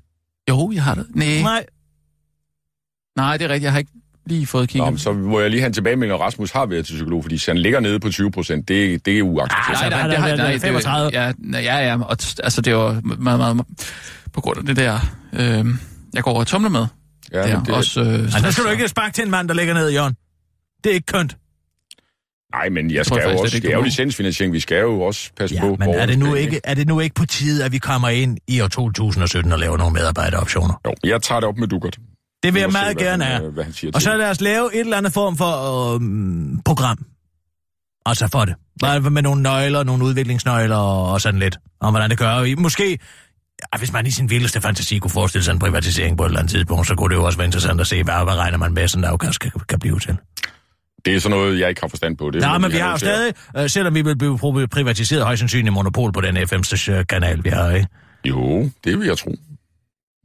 Jo, jeg har det. Nej, Nej, nej, det er rigtigt, jeg har ikke lige fået Nå, kigget. men så må jeg lige have en tilbagemelding, at Rasmus har været til psykolog, fordi hvis han ligger nede på 20 procent, det, det er uacceptabelt. Altså, hvad er der har- været der? det- 35? Ja, nej, ja, ja, og t- altså det var meget, meget, meget på grund af det der, øh, jeg går og tumler med. Ja, det men er også øh, altså, der stress. skal du ikke sparke til en mand, der ligger ned, Jørgen. Det er ikke kønt. Nej, men jeg tror skal jeg jo faktisk også, slet ikke, det er du jo må. licensfinansiering, vi skal jo også passe Ja, på. Øh, men er borgernes det, nu penge, ikke, er det nu ikke på tide, at vi kommer ind i år 2017 og laver nogle medarbejderoptioner? Jo, jeg tager det op med Dugert. Det vil Vi jeg må meget se, hvad gerne han, have. øh, hvad han siger Og til så det. lad os lave et eller andet form for øhm, program. Altså for det. Bare med nogle nøgler, nogle udviklingsnøgler og sådan lidt. Om hvordan det gør. I- Måske, ja, hvis man i sin vildeste fantasi kunne forestille sig en privatisering på et eller andet tidspunkt, så kunne det jo også være interessant at se, hvad, hvad regner man med, sådan der afkast kan, kan blive til. Det er sådan noget, jeg ikke har forstand på. Det Nej, må men vi have har jo lov til at- stadig, øh, selvom vi vil blive pro- privatiseret højst sandsynligt monopol på den FM-kanal, vi har, ikke? Jo, det vil jeg tro.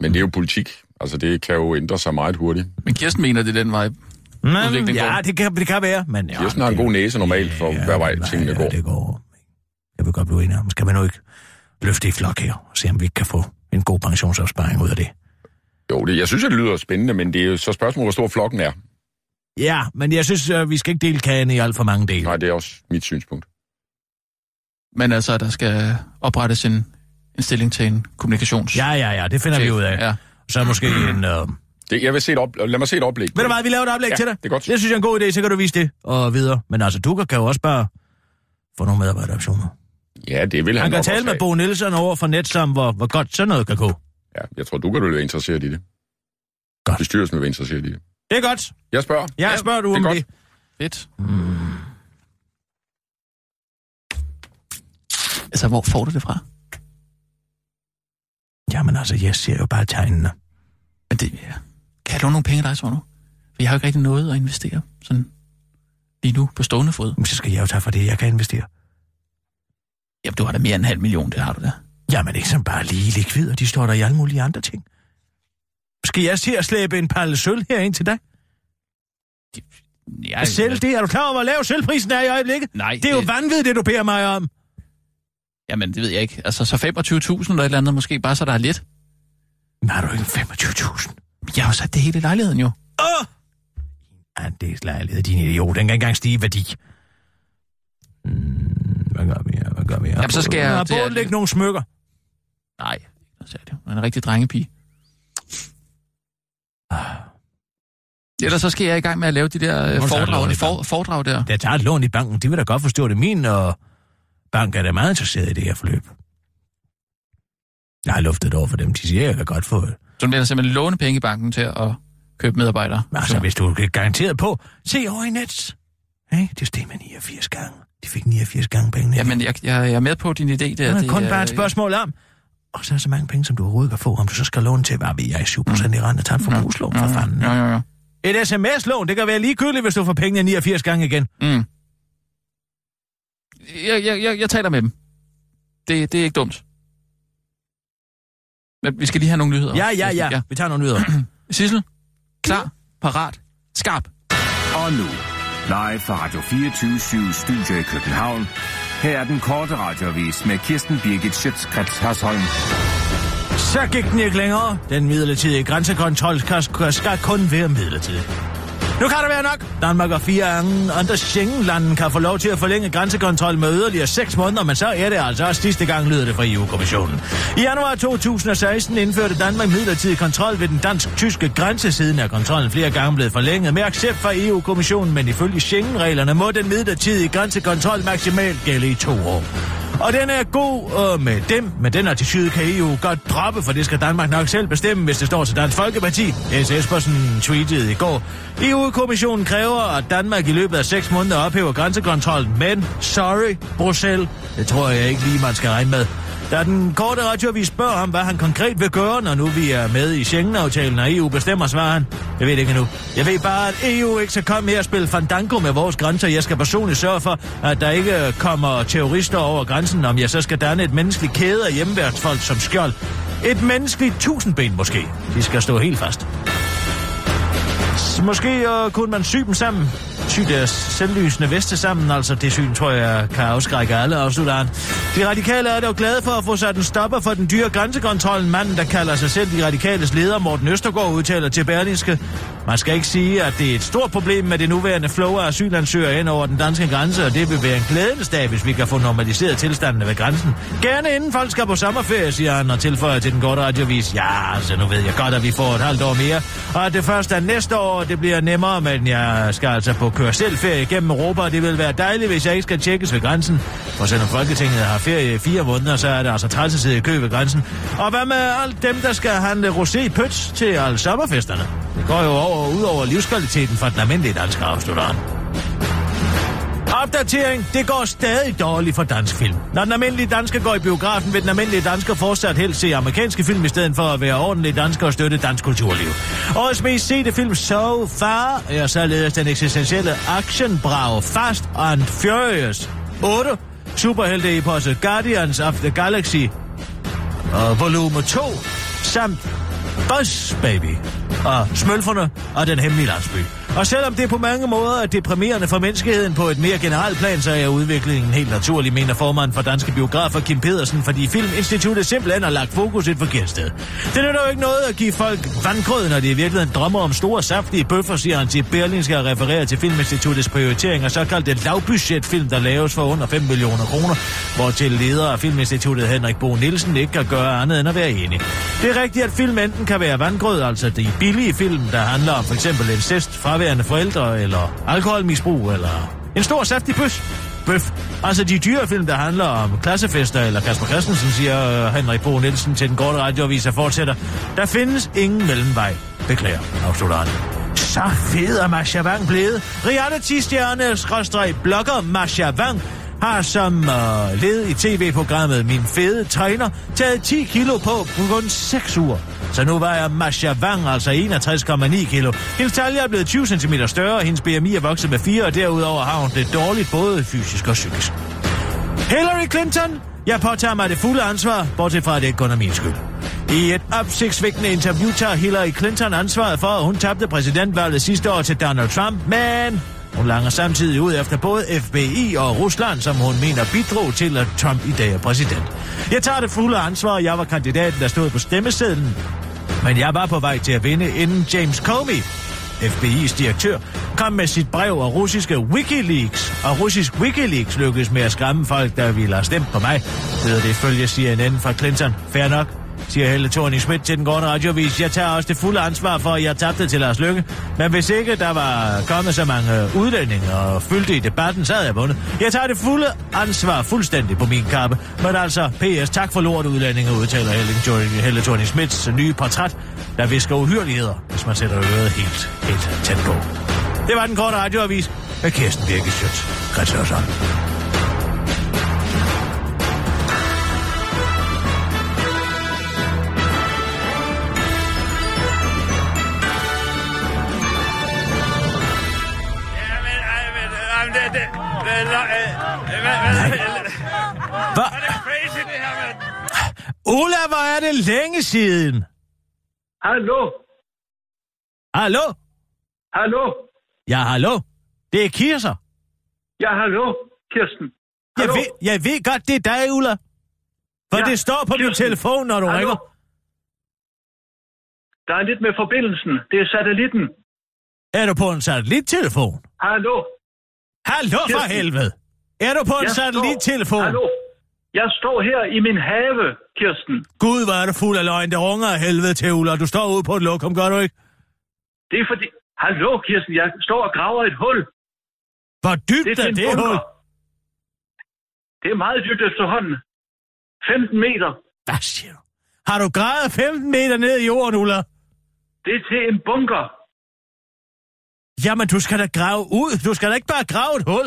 Men det er jo politik. Altså, det kan jo ændre sig meget hurtigt. Men Kirsten mener, det er den vej. Men, Udviklingen ja, går. det kan, det kan være, men... Ja, Kirsten har en god næse normalt for, Ja, hver vej nej, tingene ja, går. det går. Jeg vil godt blive enig om, skal man nu ikke løfte i flok her, og se om vi ikke kan få en god pensionsopsparing ud af det. Jo, det, jeg synes, at det lyder spændende, men det er jo så spørgsmålet, hvor stor flokken er. Ja, men jeg synes, øh, vi skal ikke dele kagen i alt for mange dele. Nej, det er også mit synspunkt. Men altså, der skal oprettes en, en stilling til en kommunikations. Ja, ja, ja, det finder vi ud af. Ja. Så måske en... Øh... Det, jeg vil se et op, lad mig se et oplæg. Ved du hvad, vi laver et oplæg Ja, til dig. det er godt. Jeg synes, jeg er en god idé, så kan du vise det og videre. Men altså, du kan jo også bare få nogle medarbejderoptioner. Ja, det vil han, Han kan nok tale også med have. Bo Nielsen over for Netsam, hvor, hvor godt sådan noget kan gå. Ja, jeg tror, du kan være interesseret i det. Godt. Bestyrelsen vil være interesseret i det. Det er godt. Jeg spørger. Jeg ja, spørger du det er om godt. det. Fedt. Mm. Altså, hvor får du det fra? Jamen altså, jeg ser jo bare tegnene. Men det, ja. Kan jeg låne nogle penge af dig, tror du? For jeg har jo ikke rigtig noget at investere sådan lige nu på stående fod. Men så skal jeg jo tage for det, jeg kan investere. Jamen, du har da mere end en halv million, det har du da. Jamen ikke som bare lige likvider, de står der i alle mulige andre ting. Skal jeg til at slæbe en palle sølv herind til dig? Jeg, Ej, Selv det, er du klar over, hvor lav sølvprisen er i øjeblikket? Nej, Det er jo det- vanvittigt, det du beder mig om. Jamen, det ved jeg ikke. Altså, så 25.000 eller et eller andet, måske bare så der er lidt. Men har du ikke 25.000? Men Jeg har jo sat det hele i lejligheden jo. Åh! Andelslejlighed, din idiot. Den kan ikke engang stige i værdi. Mm, hvad gør vi her? Hvad gør vi her? Jamen, så skal jeg- Jeg har det er- både lægge nogle smykker. Nej, så er det jo. en rigtig drengepige. Ah. Ellers så skal jeg i gang med at lave de der øh, Hvor tager foredrag, du for, foredrag der. Der tager et lån i banken, de vil da godt forstå det. Min og bank er da meget interesseret i det her forløb. Jeg har luftet det over for dem. De siger, jeg kan godt få det. Så bliver der simpelthen låne penge i banken til at købe medarbejdere. Men altså, Så- hvis du er garanteret på, se over i net. Hey, det steg med 89 gange. De fik 89 gange pengene. Jamen, jeg, jeg, jeg er med på din idé der. det er det kun er- bare et spørgsmål om, og så er så mange penge, som du overhovedet kan få, om du så skal låne til, hvad ved jeg, 7% i rente, tager en forbrugslån for fanden. Ja, ja, ja. Et sms-lån, det kan være ligegyldigt, hvis du får pengene 89 gange igen. Mm. Jeg, jeg, jeg, jeg taler med dem. Det, det er ikke dumt. Men vi skal lige have nogle nyheder. Ja, ja, ja. Vi tager nogle nyheder. Sissel, klar, parat, skarp. Og nu, live fra Radio 24 Studio i København. Her er den korte radiovis med Kirsten Birgit Schøtzgrads Hasholm. Så gik den ikke længere. Den midlertidige grænsekontrol skal, skal kun være midlertidig. Nu kan det være nok. Danmark og fire andre- andre Schengen-lande kan få lov til at forlænge grænsekontrol med yderligere 6 måneder, men så er det altså også sidste gang, lyder det fra EU-kommissionen. I januar 2016 indførte Danmark midlertidig kontrol ved den dansk-tyske grænse. Siden er kontrollen flere gange blevet forlænget med accept fra EU-kommissionen, men ifølge Schengen-reglerne må den midlertidige grænsekontrol maksimalt gælde i to år. Og den er god øh, med dem, men den attitude kan EU godt droppe, for det skal Danmark nok selv bestemme, hvis det står til Dansk Folkeparti. S. Espersen tweetede i går. EU-kommissionen kræver, at Danmark i løbet af 6 måneder ophæver grænsekontrollen, men sorry, Bruxelles, det tror jeg ikke lige, man skal regne med. Da den korte radioavis spørger ham, hvad han konkret vil gøre, når nu vi er med i Schengen-aftalen, og EU bestemmer, svarer han. Jeg ved det ikke nu. Jeg ved bare, at EU ikke skal komme her og spille fandango med vores grænser. Jeg skal personligt sørge for, at der ikke kommer terrorister over grænsen, om jeg så skal danne et menneskeligt kæde af hjemmeværtsfolk som skjold. Et menneskeligt tusindben måske. De skal stå helt fast. Måske øh, kunne man sy dem sammen. Sy deres selvlysende veste sammen, altså det syn, tror jeg, kan afskrække alle, afslutter han. De radikale er dog glade for at få sat en stopper for den dyre grænsekontrol. Manden, der kalder sig selv de radikales leder, Morten Østergaard, udtaler til Berlingske. Man skal ikke sige, at det er et stort problem med det nuværende flow af asylansøgere ind over den danske grænse, og det vil være en glædens dag, hvis vi kan få normaliseret tilstandene ved grænsen. Gerne inden folk skal på sommerferie, siger han og tilføjer til den korte radiovis. Ja, så nu ved jeg godt, at vi får et halvt år mere, og at det først er næste år, det bliver nemmere, men jeg skal altså på køre selv ferie gennem Europa, og det vil være dejligt, hvis jeg ikke skal tjekkes ved grænsen. For selvom Folketinget har ferie i fire måneder, så er der altså 30 sidder i kø ved grænsen. Og hvad med alt dem, der skal handle rosé pøts til alle sommerfesterne? Det går jo over, ud over livskvaliteten for den almindelige dansker, afslutter han. Opdatering. Det går stadig dårligt for dansk film. Når den almindelige dansker går i biografen, vil den almindelige dansker fortsat helst se amerikanske film, i stedet for at være ordentlig dansker og støtte dansk kulturliv. Årets mest sete film, So Far, er således den eksistentielle actionbrag Fast and Furious 8, superhelte i Guardians of the Galaxy og volume 2, samt Buzz Baby og Smølferne og Den Hemmelige Landsby. Og selvom det på mange måder er deprimerende for menneskeheden på et mere generelt plan, så er udviklingen helt naturlig, mener formanden for Danske Biografer Kim Pedersen, fordi Filminstituttet simpelthen har lagt fokus et forkert sted. Det nytter jo ikke noget at give folk vandgrød, når de i virkeligheden drømmer om store saftige bøffer, siger han til Berlingske og refererer til Filminstituttets prioritering af såkaldte lavbudgetfilm, der laves for under 5 millioner kroner, hvor til leder af Filminstituttet Henrik Bo Nielsen ikke kan gøre andet end at være enig. Det er rigtigt, at film enten kan være vandgrød, altså de billige film, der handler om for eksempel incest, fraværende forældre eller alkoholmisbrug eller en stor saftig bøs. Bøf. Altså de dyre film, der handler om klassefester eller Kasper Christensen, siger øh, Henrik Bo Nielsen til den korte radioavis og fortsætter. Der findes ingen mellemvej. Beklager, afslutter han. Så fed er Masha Wang blevet. Reality-stjerne, skråstreg, blogger Masha Wang har som øh, led i tv-programmet Min Fede Træner taget 10 kilo på på kun 6 uger. Så nu vejer Masha Wang altså 61,9 kilo. Hendes talje er blevet 20 cm større, og hendes BMI er vokset med 4, og derudover har hun det dårligt både fysisk og psykisk. Hillary Clinton, jeg påtager mig det fulde ansvar, bortset fra, at det ikke kun er min skyld. I et opsigtsvækkende interview tager Hillary Clinton ansvaret for, at hun tabte præsidentvalget sidste år til Donald Trump, men hun langer samtidig ud efter både FBI og Rusland, som hun mener bidrog til, at Trump i dag er præsident. Jeg tager det fulde ansvar, jeg var kandidaten, der stod på stemmesedlen, men jeg var på vej til at vinde, inden James Comey, FBI's direktør, kom med sit brev af russiske Wikileaks, og russisk Wikileaks lykkedes med at skræmme folk, der ville have stemt på mig, hedder det ifølge CNN fra Clinton. Fair nok, siger Helle thorning Schmidt til den gårde radiovis. Jeg tager også det fulde ansvar for, at jeg tabte til Lars Lykke. Men hvis ikke der var kommet så mange øh, udlændinge og fyldte i debatten, så havde jeg vundet. Jeg tager det fulde ansvar fuldstændig på min kappe. Men altså, PS, tak for lort udlændinge, udtaler Helle- Helle thorning Schmidts nye portræt, der visker uhyrligheder, hvis man sætter øret helt, helt tæt på. Det var den korte radioavis med Kirsten Birke Schøtz. Christiansson. Hvad? Ulla, hvor er det længe siden? Hallo? Hallo? Hallo? Ja, hallo? Det er Kirser. Ja, hallo, Kirsten. Jeg Hallo? ved, jeg ved godt, det er dig, Ulla. For ja, Ja, det står på din Kirsten. telefon, når du Hallo? ringer. Der er lidt med forbindelsen. Det er satellitten. Er du på en satellittelefon? Hallo? Hallo for Kirsten. helvede! Er du på en Jeg står- satellittelefon? Hallo? Jeg står her i min have, Kirsten. Gud, hvor er du fuld af løgn. Det runger af helvede til, Ulla. Du står ude på et lokum, gør du ikke? Det er fordi... Hallo, Kirsten, jeg står og graver et hul. Hvor Det er dybt er til en det bunker. hul? Det er meget dybt efterhånden. 15 meter. Hvad siger du? Har du gravet 15 meter ned i jorden, Ulla? Det er til en bunker. Jamen, du skal da grave ud. Du skal da ikke bare grave et hul.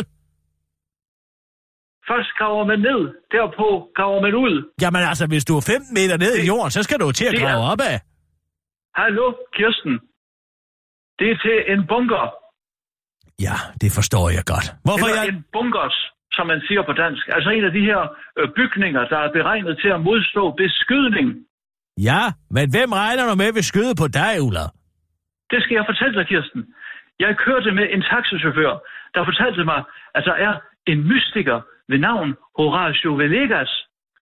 Først graver man ned, derpå graver man ud. Jamen altså, hvis du er 15 meter ned i jorden, så skal du til at det er- grave opad. Hallo, Kirsten. Det er til en bunker. Ja, det forstår jeg godt. Hvorfor Eller jeg... en bunkers, som man siger på dansk. Altså en af de her øh, bygninger, der er beregnet til at modstå beskydning. Ja, men hvem regner du med vil skyde på dig, Ulla? Det skal jeg fortælle dig, Kirsten. Jeg kørte med en taxichauffør, der fortalte mig, at der er en mystiker ved navn Horatio Villegas,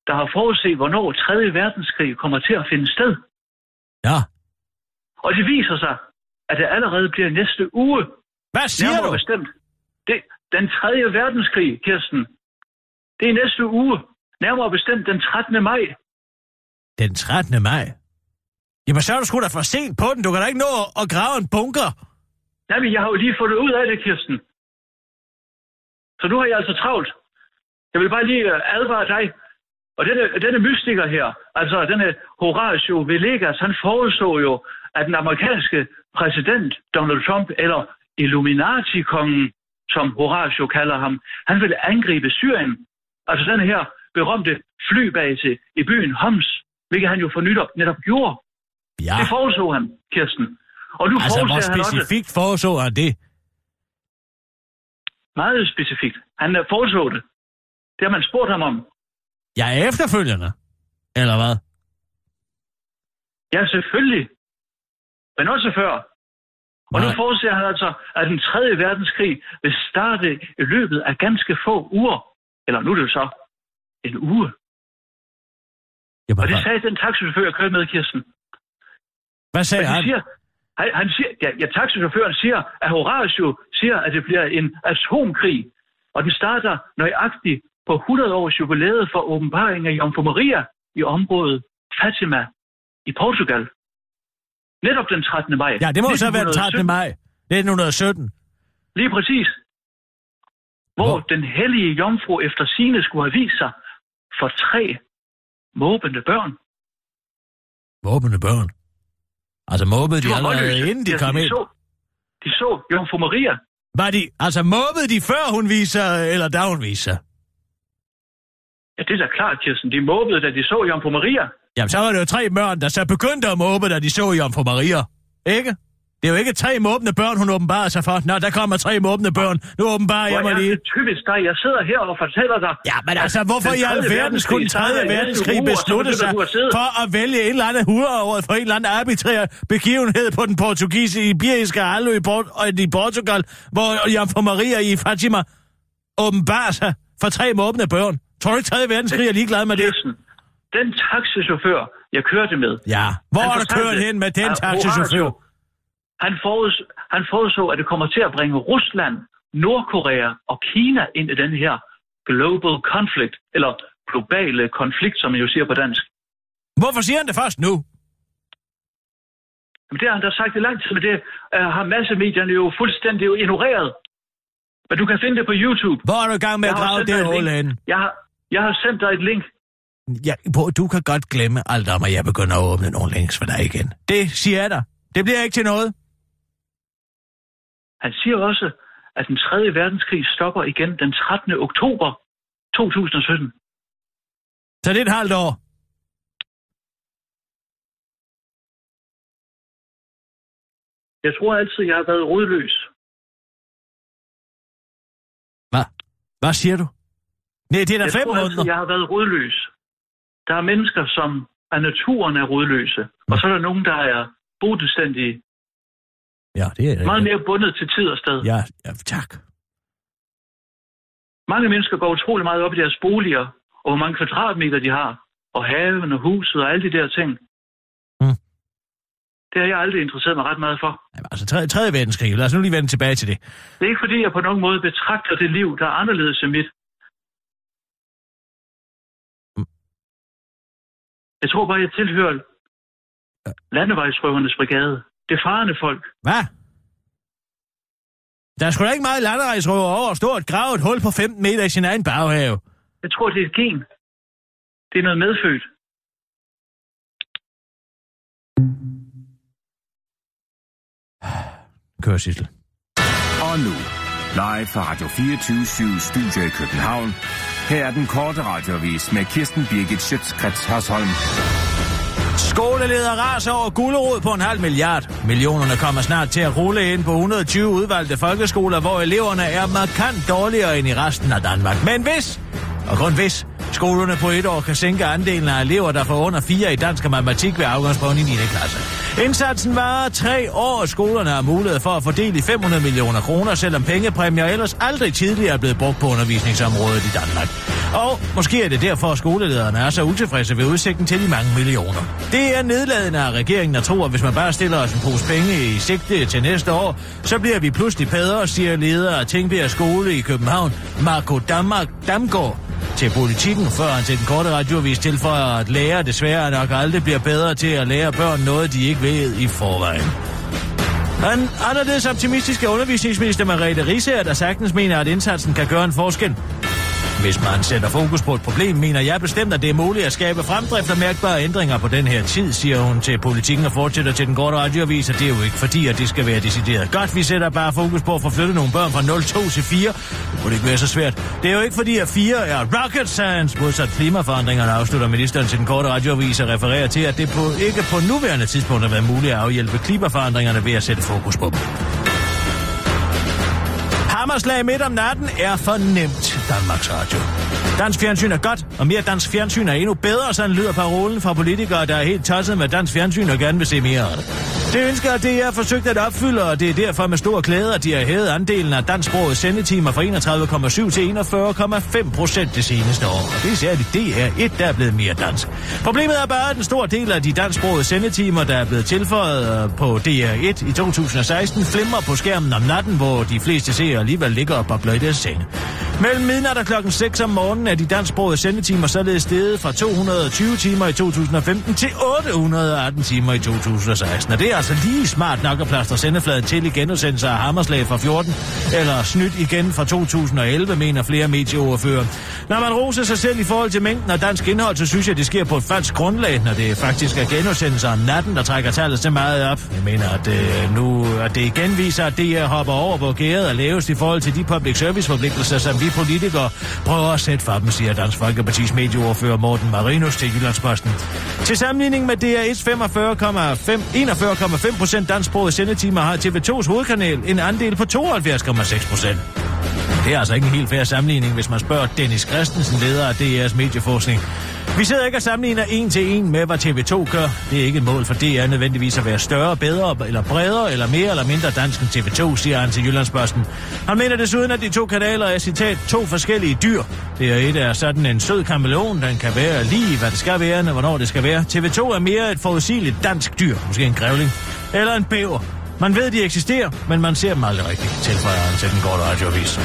der har forudset, hvornår 3. verdenskrig kommer til at finde sted. Ja. Og det viser sig, at det allerede bliver næste uge, Hvad siger nærmere du? bestemt. Det, den 3. verdenskrig, Kirsten. Det er næste uge, nærmere bestemt den 13. maj. Den 13. maj. Jamen, så er du sgu da for sent på den. Du kan da ikke nå at- at grave en bunker. Nej, men jeg har jo lige fået det ud af det, Kirsten. Så nu har jeg altså travlt. Jeg vil bare lige øh, advare dig. Og denne, denne mystiker her, altså denne Horatio Villegas, han foreså jo, at den amerikanske præsident Donald Trump, eller Illuminati-kongen, som Horatio kalder ham, han ville angribe Syrien. Altså den her berømte flybase i byen Homs, hvilket han jo for nytår netop gjorde. Ja, Det foreså han, Kirsten. Og nu Ah. altså, hvor forudser han også... specifikt foreså han det. meget specifikt. Han øh, foreslog det. Det har man spurgt ham om. Jeg er efterfølgende. Eller hvad? Ja, selvfølgelig. Men også før. Og nu Nej. forudser han altså, at den 3. verdenskrig vil starte i løbet af ganske få uger. Eller nu er det jo så en uge. Jamen, Og det hvad, sagde den taxichauffør, jeg kørte med, Kirsten. hvad sagde Men de han? siger, han, han siger, ja, ja, taxichaufføren siger, at Horatio siger, at det bliver en atomkrig. Og den starter nøjagtigt på 100 års jubilæet for åbenbaringen af Jomfru Maria i området Fatima i Portugal. Netop den 13. maj. Ja, det må jo så være den 13. 1917. maj. 1917. Lige præcis. Hvor Hvor- den hellige jomfru efter sine skulle have vist sig for tre måbende børn. Måbende børn. Altså, måbede de var allerede, målløse. inden de Altså, kom ind. så, de så Jomfru Maria Var de, altså, måbede de før hun viser, eller da hun viser? Ja, det er da klart, Kirsten. De måbede, da de så Jomfru Maria. Jamen, så var det jo tre mørn, der så begyndte at måbe, da de så Jomfru Maria. Ikke? Det er jo ikke tre måbne børn, hun åbenbarer sig for. Nå, der kommer tre måbne børn. Nu åbenbarer jeg Hvor mig er lige. det typisk dig? Jeg sidder her og fortæller dig... Ja, men altså, hvorfor den i tredje alverden verdenskrig skulle den starter i tredje næste verdenskrig uge, og så beslutte sig begynder du at sidde. for at vælge et eller andet hurreåret for en eller anden arbitrær begivenhed på den portugisiske iberiske halvø i, Port- og i Portugal, hvor Jomfru Maria i Fatima åbenbarer sig for tre måbne børn? Tror du ikke, tredje verdenskrig er ligeglad med det? Kirsten, den taxichauffør, jeg kørte med... Ja. Hvor Han har du fortalte, kørt hen med den at taxichauffør? Horatio, Han, foruds, han forudså, at det kommer til at bringe Rusland, Nordkorea og Kina ind i den her global conflict, eller globale konflikt, som man jo siger på dansk. Hvorfor siger han det først nu? Jamen, det har han da sagt i lang tid, men det uh, har massemedierne jo fuldstændig ignoreret. Men du kan finde det på YouTube. Hvor er du i gang med at Jeg har grave sendt dig det et hul link. hen? Jeg har, jeg har sendt dig et link. Ja, bro, du kan godt glemme alt om, at jeg begynder at åbne nogle links for dig igen. Det siger jeg dig. Det bliver ikke til noget. Han siger også, at den 3. verdenskrig stopper igen den 13. oktober 2017. Så det er et halvt år. Jeg tror altid, jeg har været rodløs. Hvad? Hvad siger du? Nej, det er da Jeg fem tror altid, måneder. jeg har været rodløs. Der er mennesker, som af naturen er rodløse, og så er der nogen, der er bodenstændige, Ja, det er det. meget mere bundet til tid og sted. Ja, ja, tak. Mange mennesker går utrolig meget op i deres boliger, og hvor mange kvadratmeter de har, og haven og huset og alle de der ting. Mm. Det har jeg aldrig interesseret mig ret meget for. Jamen, altså, tredje, tredje verdenskrig. Lad os nu lige vende tilbage til det. Det er ikke fordi, jeg på nogen måde betragter det liv, der er anderledes end mit. Jeg tror bare, jeg tilhører landevejsrøvernes brigade. Det er farende folk. Hvad? Der er sgu da ikke meget landerejsrøver over at stå og grave et hul på 15 meter i sin egen baghave. Jeg tror, det er et gen. Det er noget medfødt. Kør, Sissel. Og nu, live fra Radio 24 Studio i København. Her er den korte radiovis med Kirsten Birgit Schøtzgrads Hasholm. Skoleleder raser over gulerod på en halv milliard. Millionerne kommer snart til at rulle ind på 120 udvalgte folkeskoler, hvor eleverne er markant dårligere end i resten af Danmark. Men hvis, og kun hvis, skolerne på et år kan sænke andelen af elever, der får under 4 i dansk og matematik ved afgangsprøven i 9. klasse. Indsatsen varer tre år, og skolerne har mulighed for at fordele i 500 millioner kroner, selvom pengepræmier ellers aldrig tidligere er blevet brugt på undervisningsområdet i Danmark. Og måske er det derfor, at skolelederne er så utilfredse ved udsigten til de mange millioner. Det er nedladende af regeringen at tro, at hvis man bare stiller os en pose penge i sigte til næste år, så bliver vi pludselig bedre, siger leder af Tingbjerg Skole i København, Marco Danmark Damgaard. Til politikken, før han til den korte radiovis tilføjer, at lærere desværre nok aldrig bliver bedre til at lære børn noget, de ikke ved i forvejen. Den anderledes optimistiske undervisningsminister Margrethe Risager, der sagtens mener, at indsatsen kan gøre en forskel. Hvis man sætter fokus på et problem, mener jeg bestemt, at det er muligt at skabe fremdrift og mærkbare ændringer på den her tid, siger hun til politikken og fortsætter til den korte radioavis, og det er jo ikke fordi, at det skal være decideret godt. Vi sætter bare fokus på at få flyttet nogle børn fra 0,2 til 4. Det burde ikke være så svært. Det er jo ikke fordi, at 4 er rocket science, modsat klimaforandringerne, afslutter ministeren til den korte radioavis og refererer til, at det på, ikke på nuværende tidspunkt har været muligt at afhjælpe klimaforandringerne ved at sætte fokus på dem. Hammerslag midt om natten er for nemt, Danmarks Radio. Dansk fjernsyn er godt, og mere dansk fjernsyn er endnu bedre, sådan lyder parolen fra politikere, der er helt tosset med dansk fjernsyn og gerne vil se mere af det. Det ønsker det er forsøgt at opfylde, og det er derfor med stor glæde, at de har hævet andelen af dansksprogets sendetimer fra 31,7 til 41,5 procent det seneste år. Det er særligt DR1, der er blevet mere dansk. Problemet er bare, at en stor del af de dansksprogede sendetimer, der er blevet tilføjet øh, på DR1 i 2016, flimrer på skærmen om natten, hvor de fleste seere alligevel ligger og bobler i deres senge. Mellem midnat og klokken 6 om morgenen er de dansksprogede sendetimer således steget fra 220 timer i 2015 til 818 timer i 2016. Og det er altså lige smart nok at plastre sendefladen til i genudsendelser af Hammerslag fra 14, eller snydt igen fra 2011, mener flere medieoverfører. Når man roser sig selv i forhold til mængden af dansk indhold, så synes jeg, det sker på et falsk grundlag, når det faktisk er genudsendelser om natten, der trækker tallet så meget op. Jeg mener, at, øh, nu, at det igen viser, at DR hopper over på gæret og laves i forhold til de public service forpligtelser, som vi de politikere prøver at sætte for dem, siger Dansk Folkeparti's medieordfører Morten Marinus til Jyllandsposten. Til sammenligning med DR1's 41,5 procent dansksprogede sendetimer har TV2's hovedkanal en andel på 72,6 procent. Det er altså ikke en helt fair sammenligning, hvis man spørger Dennis Christensen, leder af DR's medieforskning. Vi sidder ikke og sammenligner en til en med, hvad TV2 gør. Det er ikke et mål for DR nødvendigvis at være større, bedre eller bredere eller mere eller mindre dansk end TV2, siger han til Jyllandsposten. Han mener desuden, at de to kanaler er citat to forskellige dyr. Det er et er sådan en sød kameleon, den kan være lige, hvad det skal være, og hvornår det skal være. TV2 er mere et forudsigeligt dansk dyr, måske en grævling, eller en bæver. Man ved, de eksisterer, men man ser dem aldrig rigtigt, tilføjer han til den korte radioavis.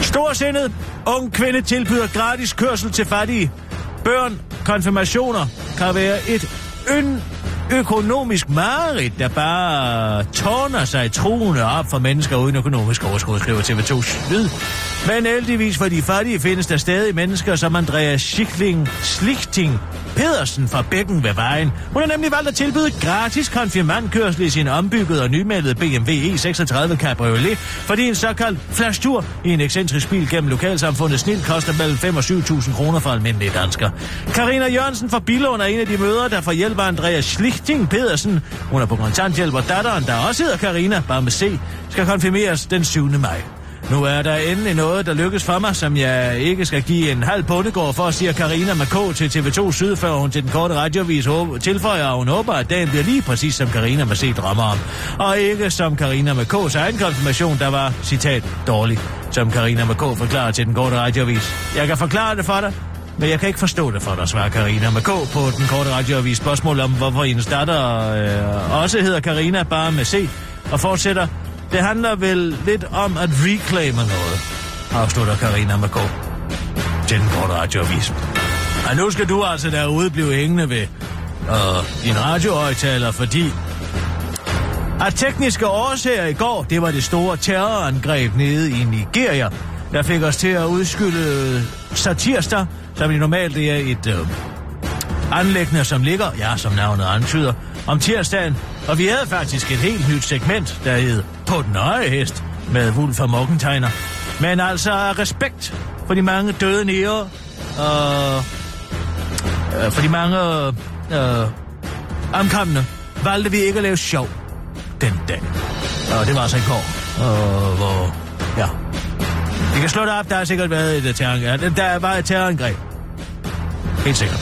Storsindet. Ung kvinde tilbyder gratis kørsel til fattige. Børn, konfirmationer kan være et yn økonomisk mareridt, der bare tårner sig truende op for mennesker uden økonomisk overskud, skriver TV2's lyd. Men heldigvis for de fattige findes der stadig mennesker som Andreas Schickling, Slichting, Pedersen fra Bækken ved vejen. Hun har nemlig valgt at tilbyde gratis konfirmandkørsel i sin ombyggede og nymalede BMW E36 Cabriolet, fordi en såkaldt flashtur i en ekscentrisk bil gennem lokalsamfundet snil koster mellem 5 og 7.000 kroner for almindelige danskere. Karina Jørgensen fra Billund er en af de møder, der får hjælp af Andreas Schlichting Pedersen. Hun er på kontanthjælp, og datteren, der også hedder Karina, bare med C, skal konfirmeres den 7. maj. Nu er der endelig noget, der lykkes for mig, som jeg ikke skal give en halv bondegård for, siger Karina med K til TV2 Syd, før hun til den korte radiovis håber, tilføjer, at hun håber, at dagen bliver lige præcis, som Karina med C drømmer om. Og ikke som Karina med K's egen konfirmation, der var, citat, dårlig, som Karina med K forklarer til den korte radiovis. Jeg kan forklare det for dig, men jeg kan ikke forstå det for dig, svarer Karina med K på den korte radioavis spørgsmål om, hvorfor hendes datter øh, også hedder Karina bare med C, og fortsætter, det handler vel lidt om at reclaime noget, afslutter Karina Marco til den korte radioavis. Og nu skal du altså derude blive hængende ved og din radiohøjtaler, fordi af tekniske årsager i går, det var det store terrorangreb nede i Nigeria, der fik os til at udskylde satirster, som det normalt er et øh, anlæggende, som ligger, ja, som navnet antyder, om tirsdagen, og vi havde faktisk et helt nyt segment, der hed På den høje hest med Wulf og Morgenthaler. Men altså af respekt for de mange døde nære, og øh, for de mange øh, omkommende, valgte vi ikke at lave sjov den dag. Og det var altså i går, øh, hvor, ja. Vi kan slå det op, der har sikkert været et øh, terrorangreb. Der var et terrorangreb. Helt sikkert.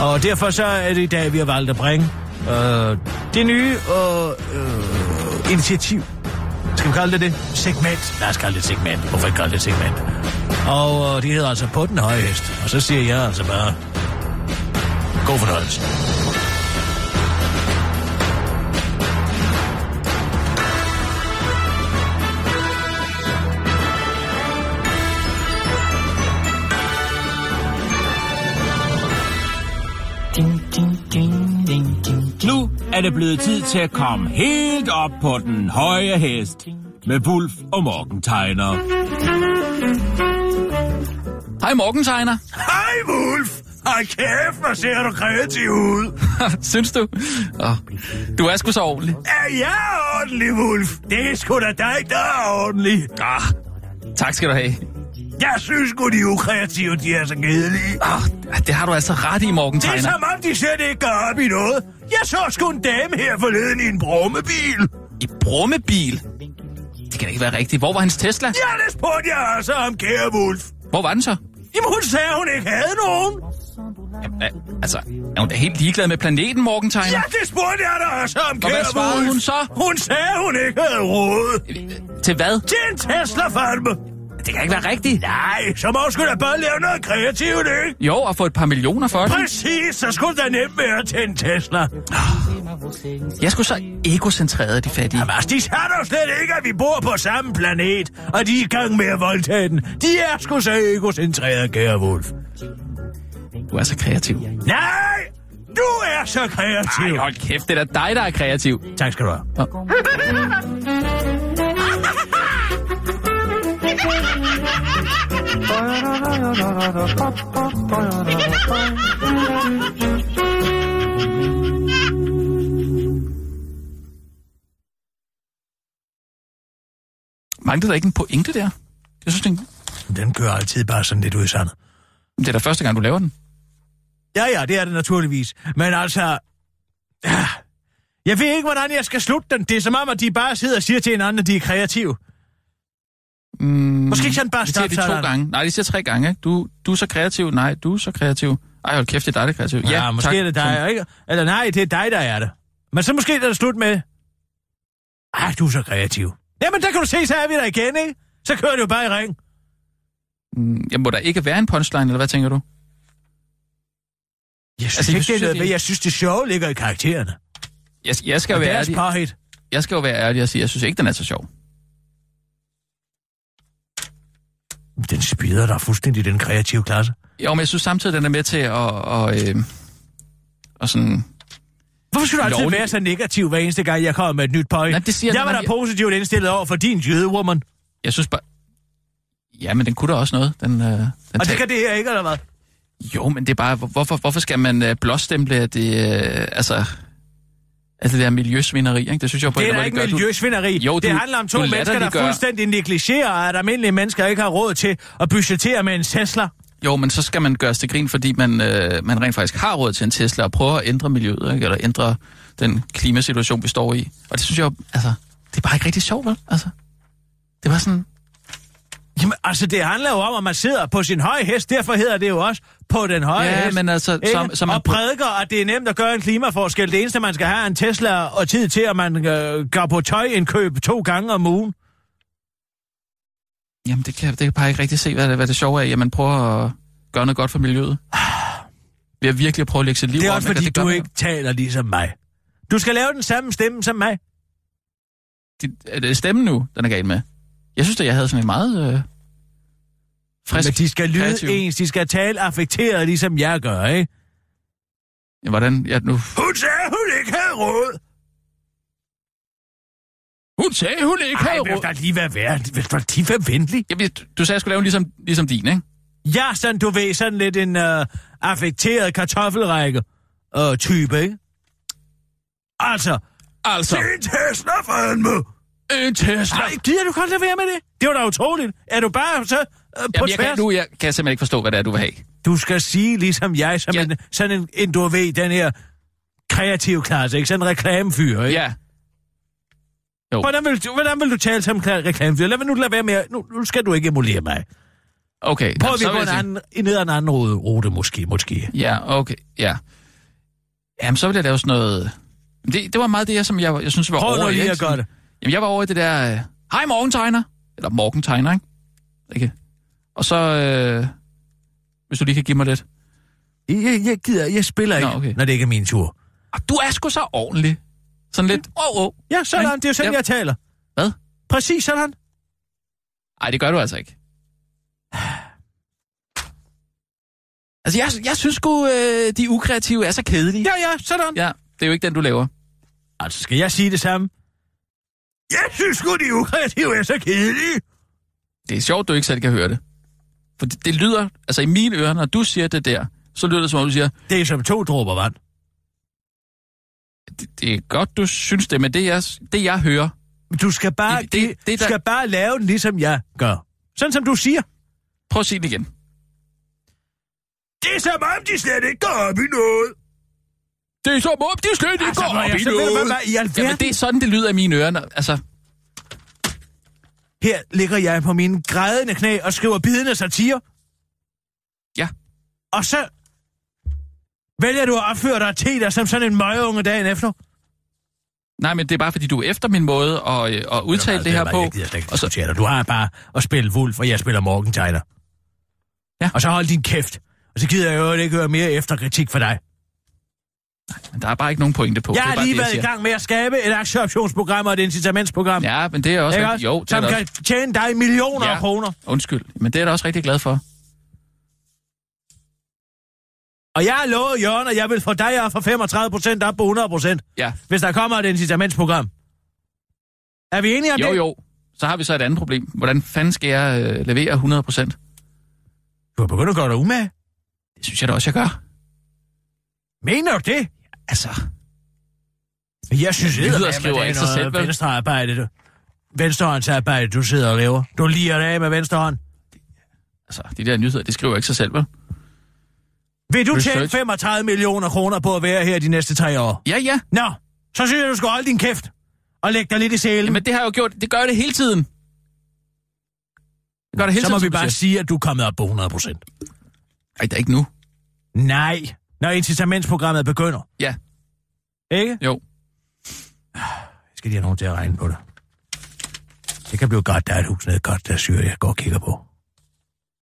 Og derfor så er det i dag, vi har valgt at bringe øh, det nye og øh, initiativ. Skal vi kalde det det? Segment. Lad os kalde det segment. Hvorfor ikke kalde det segment? Og øh, det hedder altså på den høje hest. Og så siger jeg altså bare, god fornøjelse. Ding, ding, ding, ding, ding, ding. Nu er det blevet tid til at komme helt op på den høje hest med Wulf og Morgenthaler. Hej Morgentegner. Hej, Wolf! Hej kæft, hvor ser du kreativ ud. Synes du? Oh, du er sgu så ordentlig. Er jeg ordentlig, Wolf? Det er sgu da dig, der er ordentlig. Ah, tak skal du have. Jeg synes sgu, de ukreative, de er så kedelige. Ah, det har du altså ret i, Det er Morgenthaler. som om, de slet ikke går op i noget. Jeg så sgu en dame her forleden i en brummebil. I brummebil. Det kan da ikke være rigtigt. Hvor var hans Tesla? Ja, det spurgte jeg også om, kære Wolf. Hvor var den så? Jamen, hun sagde, hun ikke havde nogen. Ja, altså, er hun da helt ligeglad med planeten, Morgenthaler? Ja, det spurgte jeg da også om, Og kære hvad svarede Wolf. hun så? Hun sagde, hun ikke havde råd. Til hvad? Til en Tesla-farme. Det kan ikke være rigtigt. Nej, så må hun sgu da bare lave noget kreativt, ikke? Jo, og få et par millioner for det. Præcis, så skulle der nemt være til en Tesla. Jeg skulle så egocentreret af de fattige. Jamen, altså, de sagde dog slet ikke, at vi bor på samme planet, og de er i gang med at voldtage den. De er sgu så egocentrerede, kære Wolf. Du er så kreativ. Nej, du er så kreativ. Ej, hold kæft, det er da dig, der er kreativ. Tak skal du have. Manglede der ikke en pointe der? Jeg synes, det er, en- Den kører altid bare sådan lidt ud i sandet. det er da første gang, du laver den. Ja, ja, det er det naturligvis. Men altså... ah, Jeg ved ikke, hvordan jeg skal slutte den. Det er som om, at de bare sidder og siger til hinanden, at de er kreative. Mm, Måske kan han bare det siger stoppe de to sådan. gange. Nej, de siger tre gange. ikke? Du, du er så kreativ. Nej, du er så kreativ. Ej, hold kæft, det er dig, der er kreativ. Ja, ja måske tak. er det dig, ikke? Eller nej, det er dig, der er det. Men så måske er det slut med... Ej, du er så kreativ. Jamen, der kan du se, så er vi der igen, ikke? Så kører det jo bare i ring. Mm, Jeg må der ikke være en punchline, eller hvad tænker du? Jeg synes, Altså, altså, jeg ikke, synes, det, er at noget, det- ved. jeg synes, det sjove ligger i karaktererne. Jeg, jeg, skal, jo Og være deres ærlig, parhit. jeg skal jo være ærlig og sige, jeg synes ikke, den er så sjov. Den spider der fuldstændig den kreative klasse. Jo, men jeg synes samtidig, den er med til at... Og, øh, og sådan, Hvorfor skal du altid Lovlig- være så negativ hver eneste gang, jeg kommer med et nyt parhit? Nej, det siger jeg den, var men da jeg- positivt indstillet over for din jødewoman. jeg synes bare... Ja, men den kunne da også noget. Den, øh, den Og det tager- kan det her ikke, eller hvad? Jo, men det er bare, hvor- hvorfor, hvorfor skal man øh, blåstemple at det, øh, altså, altså det der miljøsvineri, ikke? Det synes jeg på Det en er eller da anden ikke måde, det gør, du- miljøsvinderi. Jo, det du- handler om to du mennesker, der latterliggør- fuldstændig negligerer, at almindelige mennesker ikke har råd til at budgettere med en Tesla. Jo, men så skal man gøres til grin, fordi man, øh, man rent faktisk har råd til en Tesla og prøver at ændre miljøet, ikke? eller ændre den klimasituation, vi står i. Og det synes jeg, jo, altså, det er bare ikke rigtig sjovt, vel? Altså, det var sådan, Jamen, altså, det handler jo om, at man sidder på sin høje hest. Derfor hedder det jo også på den høje Ja, hest. men altså, ikke? så- så man- og prædiker, at det er nemt at gøre en klimaforskel. Det eneste, man skal have, er en Tesla og tid til, at man øh, går på tøjindkøb to gange om ugen. jamen det kan, det kan jeg bare ikke rigtig se, hvad det, hvad det sjove er, at man prøver at gøre noget godt for miljøet. Ved at virkelig prøve at lægge sit liv Ah. Det er om, også, ikke? Og fordi det gør du man- ikke taler ligesom mig. Du skal lave den samme stemme som mig. det, er det stemmen nu, den er galt med? Jeg synes, at jeg havde sådan en meget øh, frisk... Men de skal lyde kreativ. ens. De skal tale affekteret, ligesom jeg gør, ikke? Ja, Hvordan? Jeg, nu... Hun sagde, hun ikke havde råd. Hun sagde, hun ikke Ej, vil der lige være værd? Vil der lige være venlig? Jamen, du sagde, jeg skulle lave den ligesom, ligesom din, ikke? Ja, sådan, du ved, sådan lidt en øh, affekteret kartoffelrække øh, type, ikke? Altså, Altså, en Tesla fandme! en Tesla! Nej, gider du godt lade være med det? Det var da utroligt. Er du bare så øh, på Jamen, jeg kan, tværs? nu jeg, kan jeg simpelthen ikke forstå, hvad det er, du vil have. Du skal sige ligesom jeg, som Ja. ja. en, sådan en, en, du ved, den her kreativ klasse, ikke? Sådan en reklamefyr, ikke? Ja, Hvordan vil, du, hvordan vil du tale som kla- reklamefyr? Lad mig nu lade være med, at- nu, nu skal du ikke emulere mig. okay. Prøv Nå, at vi så vil går jeg en sige- anden, ned ad en anden rute, rute måske, måske. Ja, okay, ja. Jamen, så vil jeg lave sådan noget... Det, det var meget det, jeg, som jeg, jeg synes var Prøv over nu i, lige ikke? at gøre det. Jamen, jeg var over i det der, øh, hej morgentegner, eller morgentegner, ikke? ikke? Og så, øh, hvis du lige kan give mig lidt. Jeg, jeg gider, jeg spiller Nå, ikke, okay. når det ikke er min tur. Ah, Du er sgu så ordentlig. Sådan lidt, åh, åh. Ja, sådan, Nej, det er jo sådan, ja. jeg taler. Hvad? Præcis sådan. Ej, det gør du altså ikke. Altså, jeg, jeg synes sgu, øh, de ukreative er så kedelige. Ja, ja, sådan. Ja. ja. det er jo ikke den, du laver. Altså, skal jeg sige det samme? Jeg synes sgu, de ukreative er så kedelige. Det er sjovt, du ikke selv kan høre det. For det, det lyder, altså i mine ører, når du siger det der, så lyder det som om, du siger, Det er som to dråber vand. det, det er godt, du synes det, men det jeg, det jeg hører, Men Du skal bare, Det- det, det- det, det er der- skal bare lave den, ligesom jeg gør. Sådan som du siger. prøv at sige det igen. Det er som om, de slet ikke går op i noget. Det er som om, de slet ikke Altså, hvor jeg, så ved du, hvad, hvad, i alverden, Jamen, det er sådan, det lyder i mine ører. når- Altså, Her ligger jeg på mine grædende knæ og skriver bidende satire. Ja. Og så vælger du at opføre dig til dig som sådan en møgeunge dagen efter. nej, men det er bare, fordi du er efter min måde at, øh, at udtale det her Altså, på. Jeg gider slet ikke Og så- diskutere dig. Du har bare at spille Wolf, og jeg spiller Morgenthaler. Ja. Og så hold din kæft. Og så gider jeg jo ikke høre mere efterkritik for dig. Men der er bare ikke nogen pointe på. jeg det er har bare lige det, været i siger. gang med at skabe et aktieoptionsprogram og et incitamentsprogram. Ja, men det er også... ikke Rigtig, jo, det er som da kan også, tjene dig millioner Ja. ja. af kroner. undskyld. Men det er jeg da også rigtig glad for. Og jeg har lovet Jørgen, at jeg vil få dig op fra 35% op på 100%, Ja, hvis der kommer et incitamentsprogram. Er vi enige om jo det? jo. Så har vi så et andet problem. Hvordan fanden skal jeg øh, levere 100 procent? Du har begyndt at gøre dig umage. Det synes jeg da også, jeg gør. Mener du det? Altså, Jeg synes, Nyheder eddermame, skriver det er ikke sig noget selv, vel? venstrearbejde. du. venstrehåndsarbejde, du sidder og laver. Du liger det af med venstre hånd. Altså, de der nyheder, det skriver ikke sig selv, vel? Vil du tjene Research. 35 millioner kroner på at være her de næste tre år? Ja, ja. Nå, så synes jeg, du skal holde din kæft og lægge dig lidt i selen. Jamen, det har jeg jo gjort. Det gør jeg det hele tiden. Det gør det hele så må tiden, vi som du bare siger. sige, at du er kommet op på 100 procent. Ej, der er ikke nu. Nej, når incitamentsprogrammet begynder. Ja, Ikke? jo. Jeg skal lige have nogen til at regne på det. Det kan blive godt, der er et hus nede i godt, der syr, jeg går og kigger på.